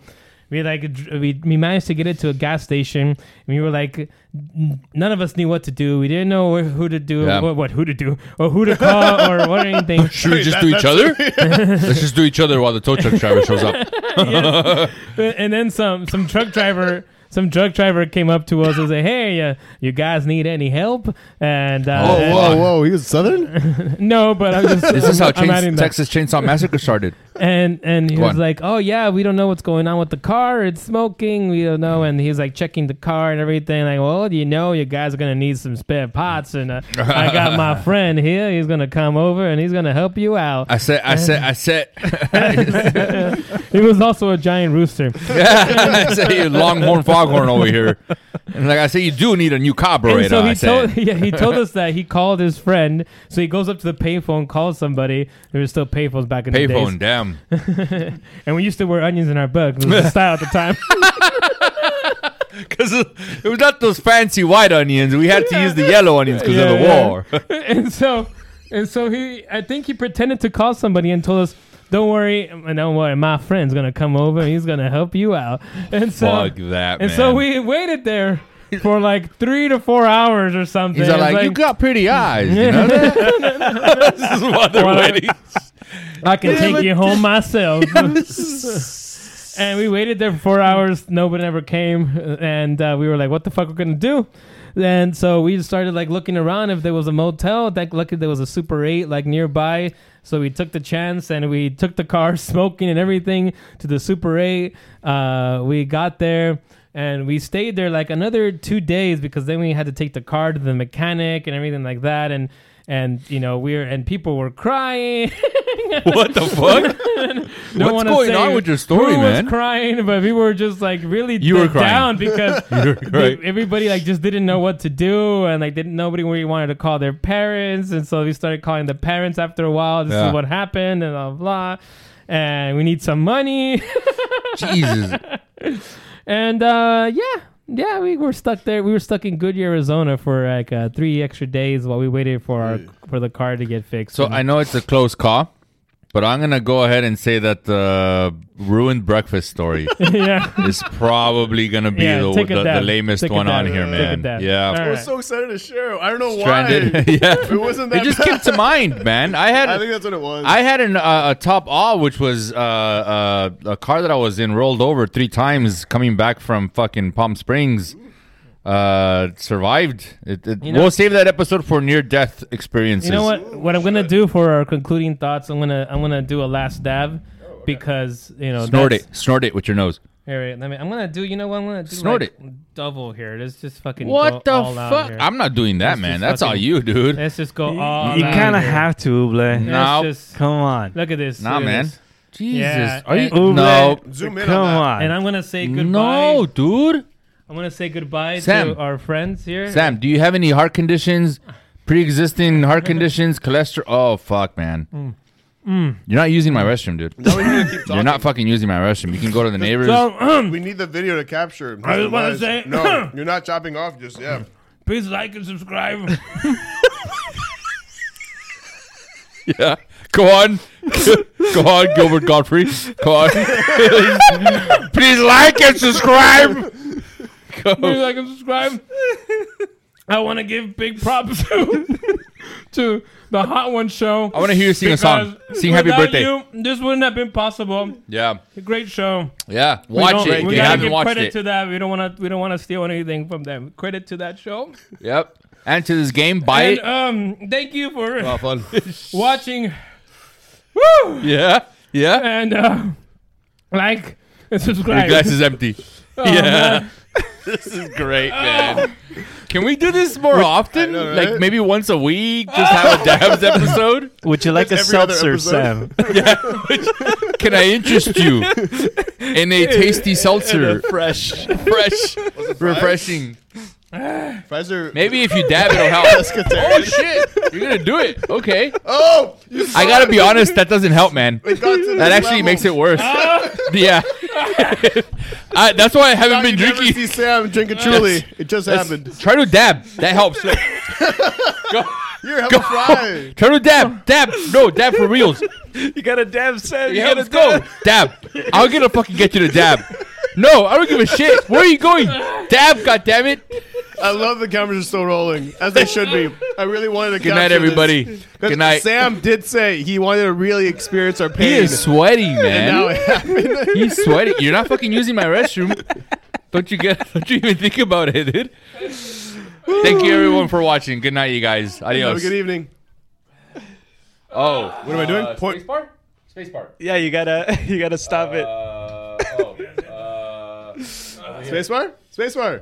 Speaker 3: we like dr- we, we managed to get it to a gas station. And we were like, n- none of us knew what to do. We didn't know wh- who to do,
Speaker 4: Yeah.
Speaker 3: what, what who to do, or who to call, or what or anything.
Speaker 4: Should we just do each other? Let's just do each other while the tow truck driver shows up.
Speaker 3: Yes. and then some some truck driver some truck driver came up to us and said, "Hey, uh, you guys need any help?" And uh,
Speaker 5: Whoa,
Speaker 3: and-
Speaker 5: whoa, Oh, whoa! He was Southern.
Speaker 3: no, but I'm just
Speaker 4: this is how
Speaker 3: I'm adding
Speaker 4: Chains-
Speaker 3: that.
Speaker 4: Texas Chainsaw Massacre started.
Speaker 3: And and he
Speaker 4: Go
Speaker 3: was
Speaker 4: on.
Speaker 3: like, "Oh yeah, we don't know what's going on with the car. It's smoking. We don't know." And he's like checking the car and everything. Like, well, you know, you guys are gonna need some spare parts, and uh, I got my friend here. He's gonna come over and he's gonna help you out.
Speaker 4: I said, I said, I said,
Speaker 3: He was also a giant rooster.
Speaker 4: I said, you longhorn foghorn over here. And like I said, you do need a new carburetor.
Speaker 3: And so he
Speaker 4: I
Speaker 3: told,
Speaker 4: said.
Speaker 3: yeah, he told us that he called his friend. So he goes up to the payphone, calls somebody. There were still payphones back in the days.
Speaker 4: Payphone, damn.
Speaker 3: and we used to wear onions in our book. It was the style at the time.
Speaker 4: Because it was not those fancy white onions. We had to use the yellow onions because of the
Speaker 3: Yeah,
Speaker 4: war.
Speaker 3: yeah. and so, and so he, I think he pretended to call somebody and told us, "Don't worry, and don't worry, my friend's gonna come over. and He's gonna help you out." And so,
Speaker 4: Fuck that,
Speaker 3: And so
Speaker 4: man.
Speaker 3: we waited there. For like three to four hours or something.
Speaker 4: He's all
Speaker 3: It's
Speaker 4: like, "You got pretty eyes, you know that?" this is why they're
Speaker 3: Well,
Speaker 4: waiting.
Speaker 3: I can
Speaker 4: Yeah,
Speaker 3: take
Speaker 4: but-
Speaker 3: you home myself. and we waited there for four hours. Nobody ever came, and uh, we were like, "What the fuck we're gonna do?" And so we just started like looking around if there was a motel. Like luckily there was a Super Eight like nearby, so we took the chance and we took the car, smoking and everything, to the Super Eight. Uh, we got there. And we stayed there like another two days because then we had to take the car to the mechanic and everything like that. And and you know we were and people were crying.
Speaker 4: What the fuck?
Speaker 3: Don't
Speaker 4: What's
Speaker 3: wanna
Speaker 4: going
Speaker 3: say
Speaker 4: on with your story,
Speaker 3: who
Speaker 4: man?
Speaker 3: Was crying, but we were just like really
Speaker 4: You were crying.
Speaker 3: down because
Speaker 4: You were
Speaker 3: they-
Speaker 4: crying.
Speaker 3: everybody like just didn't know what to do, and like didn't nobody really wanted to call their parents, and so we started calling the parents after a while. This
Speaker 4: Yeah.
Speaker 3: is what happened, and blah blah, and we need some money.
Speaker 4: Jesus.
Speaker 3: And uh, yeah, yeah, we were stuck there. We were stuck in Goodyear, Arizona, for like uh, three extra days while we waited for our for the car to get fixed.
Speaker 4: So I know it's a close call, But I'm gonna go ahead and say that the ruined breakfast story
Speaker 3: Yeah.
Speaker 4: is probably gonna be
Speaker 3: Yeah,
Speaker 4: the,
Speaker 3: take a
Speaker 4: the, the
Speaker 3: dab.
Speaker 4: lamest
Speaker 3: Take a
Speaker 4: one
Speaker 3: dab.
Speaker 4: on here,
Speaker 3: Take a
Speaker 4: man.
Speaker 3: dab.
Speaker 4: Yeah,
Speaker 3: All
Speaker 5: I was
Speaker 3: right.
Speaker 5: so excited to share. I don't know why.
Speaker 4: Stranded. yeah,
Speaker 5: It wasn't that
Speaker 4: It just
Speaker 5: bad.
Speaker 4: came to mind, man. I had.
Speaker 5: I think that's what it was.
Speaker 4: I had an, uh, a top all, which was uh, uh, a car that I was in rolled over three times coming back from fucking Palm Springs. Uh, survived. It, it,
Speaker 3: You know-
Speaker 4: we'll save that episode for near death experiences.
Speaker 3: You know what? What I'm gonna do for our concluding thoughts, I'm gonna I'm gonna do a last dab
Speaker 4: Oh,
Speaker 3: because you know
Speaker 4: Snort
Speaker 3: that's-
Speaker 4: it. Snort it with your nose.
Speaker 3: Here, wait, let me. I'm gonna do. You know what? I'm gonna do
Speaker 4: Snort
Speaker 3: like, it. Double here. Let's just fucking.
Speaker 4: What
Speaker 3: go
Speaker 4: the
Speaker 3: all out
Speaker 4: fuck?
Speaker 3: here.
Speaker 4: I'm not doing that,
Speaker 3: Let's
Speaker 4: man.
Speaker 3: just
Speaker 4: That's all
Speaker 3: fucking-
Speaker 4: you, dude.
Speaker 3: Let's just go
Speaker 4: You-
Speaker 3: all.
Speaker 6: you
Speaker 3: out
Speaker 6: kind of
Speaker 3: here.
Speaker 6: have to, Uble.
Speaker 3: Let's
Speaker 4: No.
Speaker 3: just-
Speaker 6: Come on.
Speaker 3: Look at this.
Speaker 4: Nah,
Speaker 3: look at
Speaker 4: man.
Speaker 3: this.
Speaker 4: Jesus,
Speaker 3: Yeah,
Speaker 4: are you-
Speaker 3: and-
Speaker 4: Uble, No. zoom in on
Speaker 3: Come
Speaker 4: that.
Speaker 3: on. And I'm gonna say goodbye.
Speaker 4: No, dude.
Speaker 3: I'm gonna say goodbye
Speaker 4: Sam.
Speaker 3: to our friends here.
Speaker 4: Sam, do you have any heart conditions? Pre-existing heart conditions, cholesterol. Oh fuck, man.
Speaker 3: Mm. Mm.
Speaker 4: You're not using my restroom, dude. You're not fucking using my restroom. You can go to the neighbors.
Speaker 5: we need the video to capture.
Speaker 3: I just wanna
Speaker 5: Otherwise-
Speaker 3: say-
Speaker 5: no, you're not chopping off. Just yeah.
Speaker 3: Please like and subscribe.
Speaker 4: yeah. Go on. go on, Gilbert Godfrey. Go on. Please like and subscribe. Go.
Speaker 3: Please like and subscribe. I want to give big props to to the Hot One Show.
Speaker 4: I wanna hear you sing a song.
Speaker 3: because
Speaker 4: Sing Happy
Speaker 3: without
Speaker 4: Birthday.
Speaker 3: You, this wouldn't have been possible.
Speaker 4: Yeah.
Speaker 3: Great show.
Speaker 4: Yeah.
Speaker 3: We
Speaker 4: Watch
Speaker 3: don't-
Speaker 4: it.
Speaker 3: We
Speaker 4: If you
Speaker 3: gotta
Speaker 4: haven't
Speaker 3: give
Speaker 4: watched
Speaker 3: credit
Speaker 4: it.
Speaker 3: to that. We don't want to. We don't want to steal anything from them. Credit to that show.
Speaker 4: Yep. And to this game, buy
Speaker 3: and,
Speaker 4: it.
Speaker 3: Um. Thank you for
Speaker 4: Well, fun.
Speaker 3: watching. Woo.
Speaker 4: yeah. Yeah.
Speaker 3: And uh, like and subscribe.
Speaker 4: Your glass is empty.
Speaker 3: Oh,
Speaker 4: yeah.
Speaker 3: man.
Speaker 4: This is great, man. Can we do this more
Speaker 6: Would-
Speaker 4: often?
Speaker 6: I know,
Speaker 4: Like
Speaker 6: right?
Speaker 4: maybe once a week, just have a dabs episode?
Speaker 6: Would you like a seltzer, Sam?
Speaker 4: Can I interest you in a tasty seltzer?
Speaker 5: fresh,
Speaker 4: fresh, refreshing.
Speaker 5: Fries are
Speaker 4: Maybe if you dab, it'll help. oh shit! You're gonna do it. Okay. Oh, I gotta be honest. That doesn't help, man.
Speaker 5: It got to this
Speaker 4: That actually
Speaker 5: level.
Speaker 4: makes it worse. yeah. I, that's why I haven't been
Speaker 5: You never
Speaker 4: drinking.
Speaker 5: see Sam drinking truly.
Speaker 4: That's-
Speaker 5: It just
Speaker 4: that's-
Speaker 5: happened.
Speaker 4: Try to dab. That helps.
Speaker 5: You're
Speaker 4: Go.
Speaker 5: having fries.
Speaker 4: Try to dab. Dab. No, dab for reals.
Speaker 6: You got a dab, Sam.
Speaker 4: Yeah, let's go. Dab. I'm gonna fucking get you to dab. No, I don't give a shit. Where are you going? Dab, goddammit.
Speaker 5: I love the cameras are still rolling as they should be. I really wanted to.
Speaker 4: Good night,
Speaker 5: capture
Speaker 4: everybody.
Speaker 5: this. 'Cause
Speaker 4: Good night.
Speaker 5: Sam did say he wanted to really experience our pain.
Speaker 4: He is sweaty,
Speaker 5: And now it
Speaker 4: man.
Speaker 5: happened.
Speaker 4: He's sweaty. You're not fucking using my restroom. Don't you get? Don't you even think about it, dude? Thank you, everyone, for watching. Good night, you guys.
Speaker 5: Have a
Speaker 4: Adios.
Speaker 5: good evening.
Speaker 4: Oh,
Speaker 5: What am I doing? Point-
Speaker 4: Spacebar. Spacebar.
Speaker 6: Yeah, you gotta you gotta stop it.
Speaker 5: Spacebar. Spacebar.